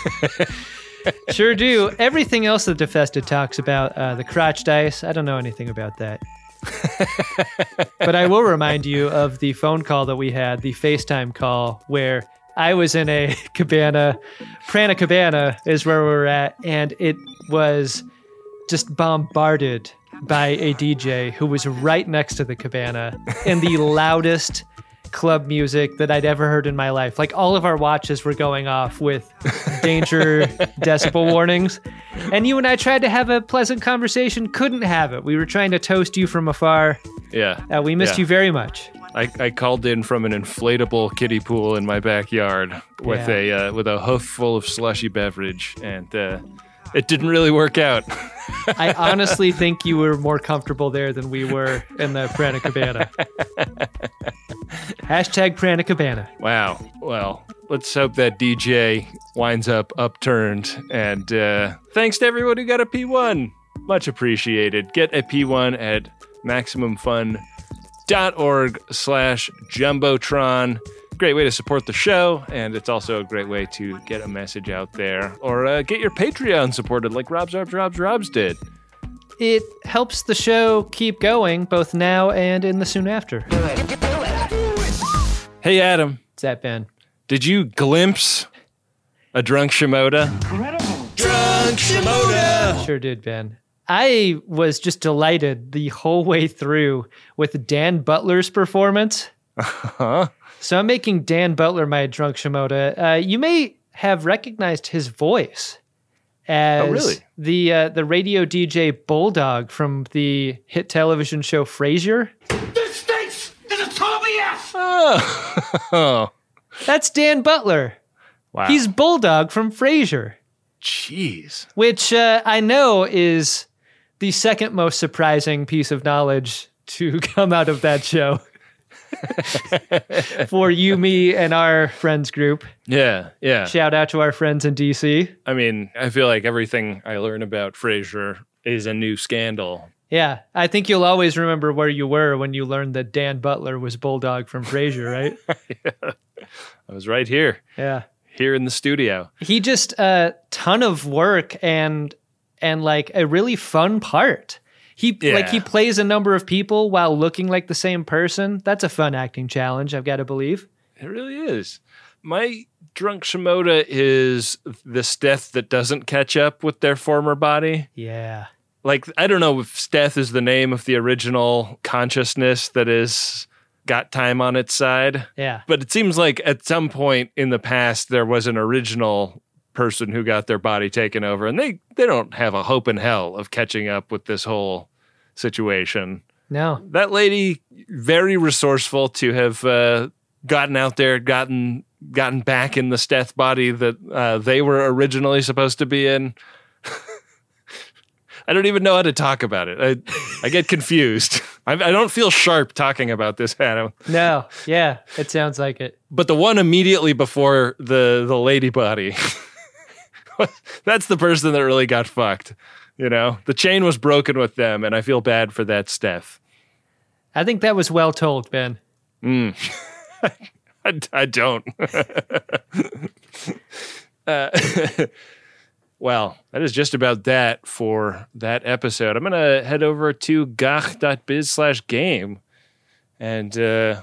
sure do. Everything else that DeFesta talks about, uh, the crotch dice, I don't know anything about that. but I will remind you of the phone call that we had, the FaceTime call, where I was in a cabana. Prana Cabana is where we were at, and it was just bombarded by a DJ who was right next to the cabana and the loudest club music that I'd ever heard in my life. Like all of our watches were going off with danger decibel warnings. And you and I tried to have a pleasant conversation, couldn't have it. We were trying to toast you from afar. Yeah. Uh, we missed Yeah. you very much. I, I called in from an inflatable kiddie pool in my backyard with Yeah. a uh, with a hoof full of slushy beverage, and uh, it didn't really work out. I honestly think you were more comfortable there than we were in the Prana Cabana. Hashtag Prana Cabana. Wow. Well, let's hope that DJ winds up upturned. And uh, thanks to everyone who got a P1. Much appreciated. Get a P1 at MaximumFun.org slash Jumbotron. Great way to support the show, and it's also a great way to get a message out there or uh, get your Patreon supported like Rob's Rob's Rob's Rob's did. It helps the show keep going both now and in the soon after. Hey, Adam. What's that, Ben? Did you glimpse a drunk Shimoda? Drunk Shimoda! Sure did, Ben. I was just delighted the whole way through with Dan Butler's performance. Uh-huh. So I'm making Dan Butler my drunk Shimoda. Uh, you may have recognized his voice as Oh, really? the uh, the radio DJ Bulldog from the hit television show Frasier. This stinks! This is Toby F! Oh. That's Dan Butler. Wow. He's Bulldog from Frasier. Jeez. Which uh, I know is the second most surprising piece of knowledge to come out of that show for you, me, and our friends group. Yeah, yeah. Shout out to our friends in DC. I mean, I feel like everything I learn about Frasier is a new scandal. Yeah, I think you'll always remember where you were when you learned that Dan Butler was Bulldog from Frasier, right? I was right here, yeah. here in the studio. He just a uh, ton of work and and like a really fun part. He like he Yeah. plays a number of people while looking like the same person. That's a fun acting challenge, I've got to believe. It really is. My drunk Shimoda is the Steth that doesn't catch up with their former body. Yeah. Like, I don't know if Steth is the name of the original consciousness that is got time on its side. Yeah. But it seems like at some point in the past there was an original person who got their body taken over and they they don't have a hope in hell of catching up with this whole situation. No. That lady very resourceful to have uh, gotten out there, gotten gotten back in the Steth body that uh, they were originally supposed to be in. I don't even know how to talk about it. I I get confused. I, I don't feel sharp talking about this, Adam. No. Yeah, it sounds like it. But the one immediately before the the lady body, that's the person that really got fucked. You know, the chain was broken with them, and I feel bad for that Steph. I think that was well told, Ben. Mm. I, I don't. uh, well, that is just about that for that episode. I'm going to head over to gach.biz slash game. And uh,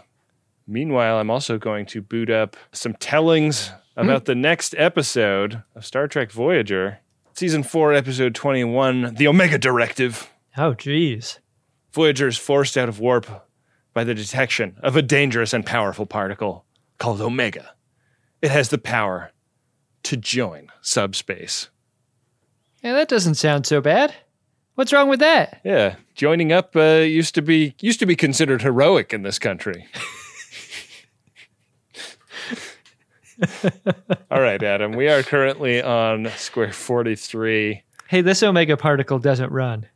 meanwhile, I'm also going to boot up some tellings about the next episode of Star Trek Voyager, season four, episode 21, The Omega Directive. Oh geez. Voyager is forced out of warp by the detection of a dangerous and powerful particle called Omega. It has the power to join subspace. Yeah, that doesn't sound so bad. What's wrong with that? Yeah, joining up uh, used to be used to be considered heroic in this country. All right, Adam, we are currently on square 43. Hey, this omega particle doesn't run.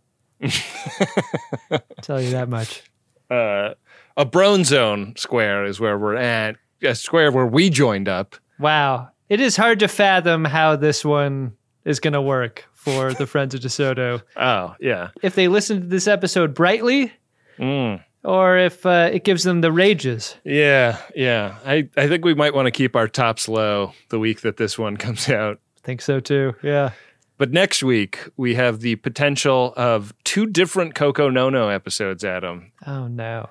Tell you that much. Uh, a Brone Zone square is where we're at, a square where we joined up. Wow. It is hard to fathom how this one is going to work for the Friends of DeSoto. Oh, yeah. If they listen to this episode brightly, Mm. or if uh, it gives them the rages. Yeah, yeah. I, I think we might want to keep our tops low the week that this one comes out. think so too. Yeah. But next week we have the potential of two different Coco Nono episodes, Adam. Oh no.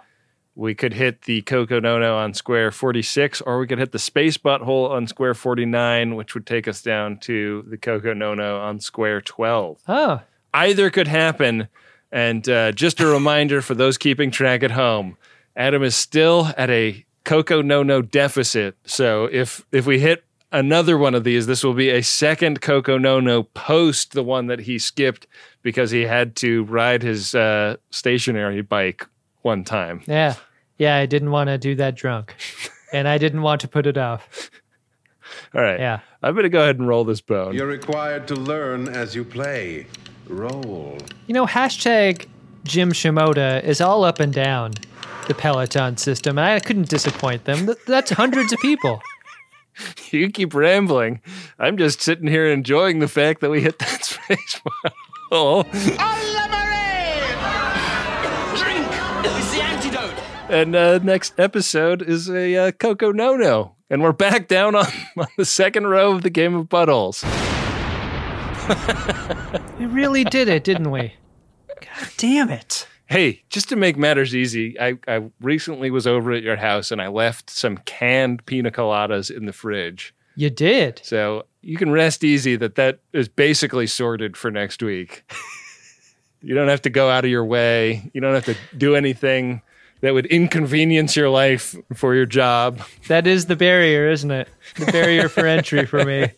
We could hit the Coco Nono on square 46, or we could hit the space butthole on square 49, which would take us down to the Coco Nono on square 12. Oh. Either could happen. And uh, just a reminder for those keeping track at home Adam is still at a Coco Nono deficit. So if, if we hit another one of these, this will be a second Coco Nono post the one that he skipped because he had to ride his uh, stationary bike one time. Yeah. Yeah, I didn't want to do that drunk. and I didn't want to put it off. All right. Yeah. I'm going to go ahead and roll this bone. You're required to learn as you play. Roll. You know, hashtag Jim Shimoda is all up and down the Peloton system, and I couldn't disappoint them. Th- That's hundreds of people. You keep rambling. I'm just sitting here enjoying the fact that we hit that space bottle. Drink is the antidote. And uh, next episode is a uh, Coco No No. And we're back down on, on the second row of the game of buttholes. We really did it, didn't we? God damn it. Hey, just to make matters easy, I, I recently was over at your house and I left some canned pina coladas in the fridge. You did. So you can rest easy that that is basically sorted for next week. you don't have to go out of your way, you don't have to do anything that would inconvenience your life for your job. That is the barrier, isn't it? The barrier for entry for me.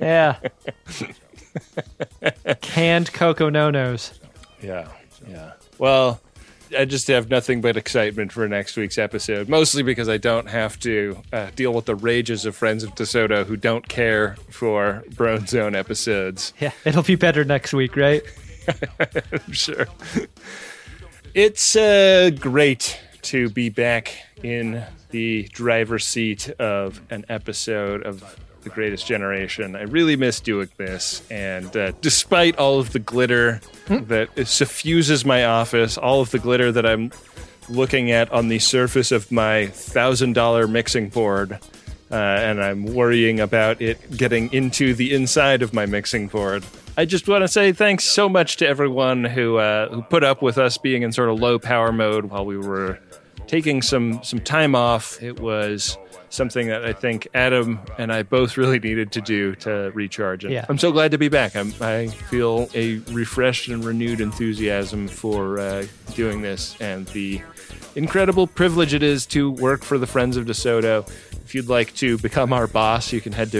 Yeah. Canned Coco Nonos. Yeah. Yeah. Well, I just have nothing but excitement for next week's episode, mostly because I don't have to uh, deal with the rages of friends of DeSoto who don't care for Brone Zone episodes. Yeah, it'll be better next week, right? I'm sure. It's uh, great to be back in the driver's seat of an episode of The Greatest Generation. I really miss doing this. And uh, despite all of the glitter that suffuses my office, all of the glitter that I'm looking at on the surface of my $1,000 mixing board, uh, and I'm worrying about it getting into the inside of my mixing board. I just want to say thanks so much to everyone who uh, who put up with us being in sort of low power mode while we were taking some some time off. It was something that I think Adam and I both really needed to do to recharge. And Yeah. I'm so glad to be back. I'm, I feel a refreshed and renewed enthusiasm for uh, doing this and the incredible privilege it is to work for the Friends of DeSoto. If you'd like to become our boss, you can head to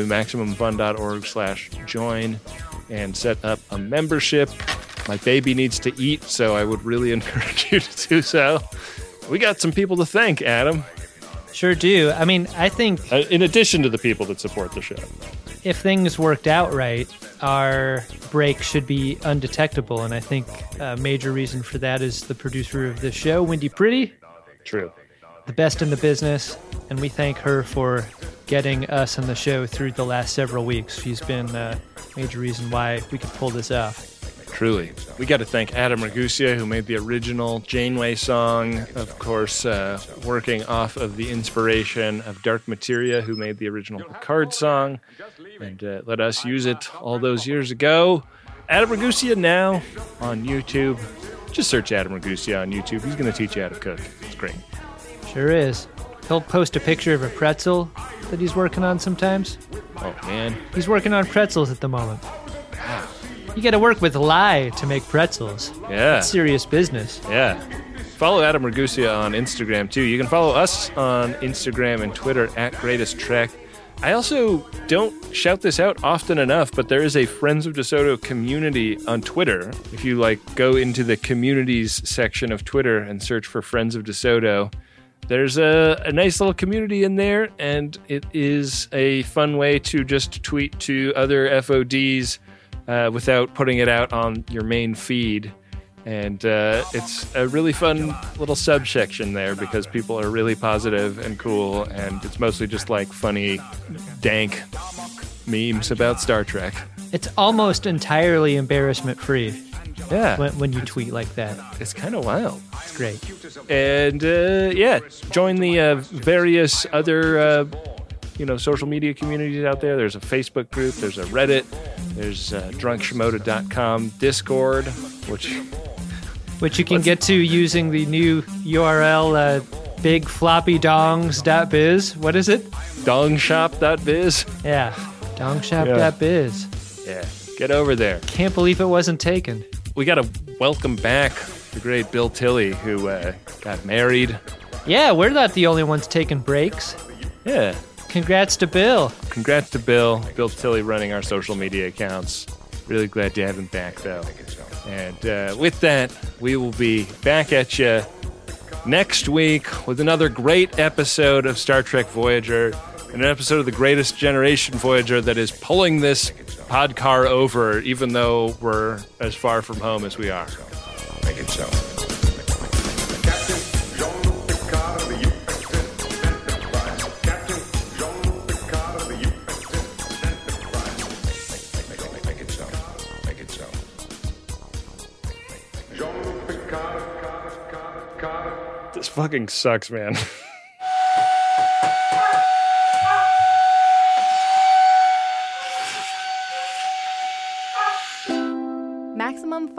MaximumFun.org slash join and set up a membership. My baby needs to eat, so I would really encourage you to do so. We got some people to thank, Adam. Sure do. I mean, I think uh, in addition to the people that support the show. If things worked out right, our break should be undetectable. And I think a major reason for that is the producer of the show, Wendy Pretty, True. the best in the business. And we thank her for getting us on the show through the last several weeks. She's been a major reason why we could pull this off. Truly. We got to thank Adam Ragusia, who made the original Janeway song. Of course, uh, working off of the inspiration of Dark Materia, who made the original Picard song and uh, let us use it all those years ago. Adam Ragusia now on YouTube. Just search Adam Ragusia on YouTube. He's going to teach you how to cook. It's great. Sure is. He'll post a picture of a pretzel that he's working on sometimes. Oh, man. He's working on pretzels at the moment. You got to work with lye to make pretzels. Yeah. That's serious business. Yeah. Follow Adam Ragusia on Instagram too. You can follow us on Instagram and Twitter at Greatest Trek. I also don't shout this out often enough, but there is a Friends of DeSoto community on Twitter. If you like go into the communities section of Twitter and search for Friends of DeSoto, there's a, a nice little community in there, and it is a fun way to just tweet to other FODs uh, without putting it out on your main feed. And uh, it's a really fun little subsection there because people are really positive and cool, and it's mostly just like funny, dank memes about Star Trek. It's almost entirely embarrassment free. Yeah. When, when you tweet like that, It's kind of wild. it's great. and uh, yeah, join the uh, various other uh, you know social media communities out there. There's a Facebook group. There's a Reddit. There's uh, drunkshimoda.com Discord, which which you can get to using the new URL uh, bigfloppydongs.biz. What is it? dongshop.biz. Yeah, dongshop.biz. Yeah, get over there. Can't believe it wasn't taken. We got to welcome back the great Bill Tilly, who uh, got married. Yeah, we're not the only ones taking breaks. Yeah, Congrats to Bill. congrats to Bill. Bill Tilly running our social media accounts. Really glad to have him back, though. And uh, with that, we will be back at you next week with another great episode of Star Trek Voyager and an episode of the greatest generation Voyager that is pulling this podcar over, even though we're as far from home as we are. Make it so. This fucking sucks, man.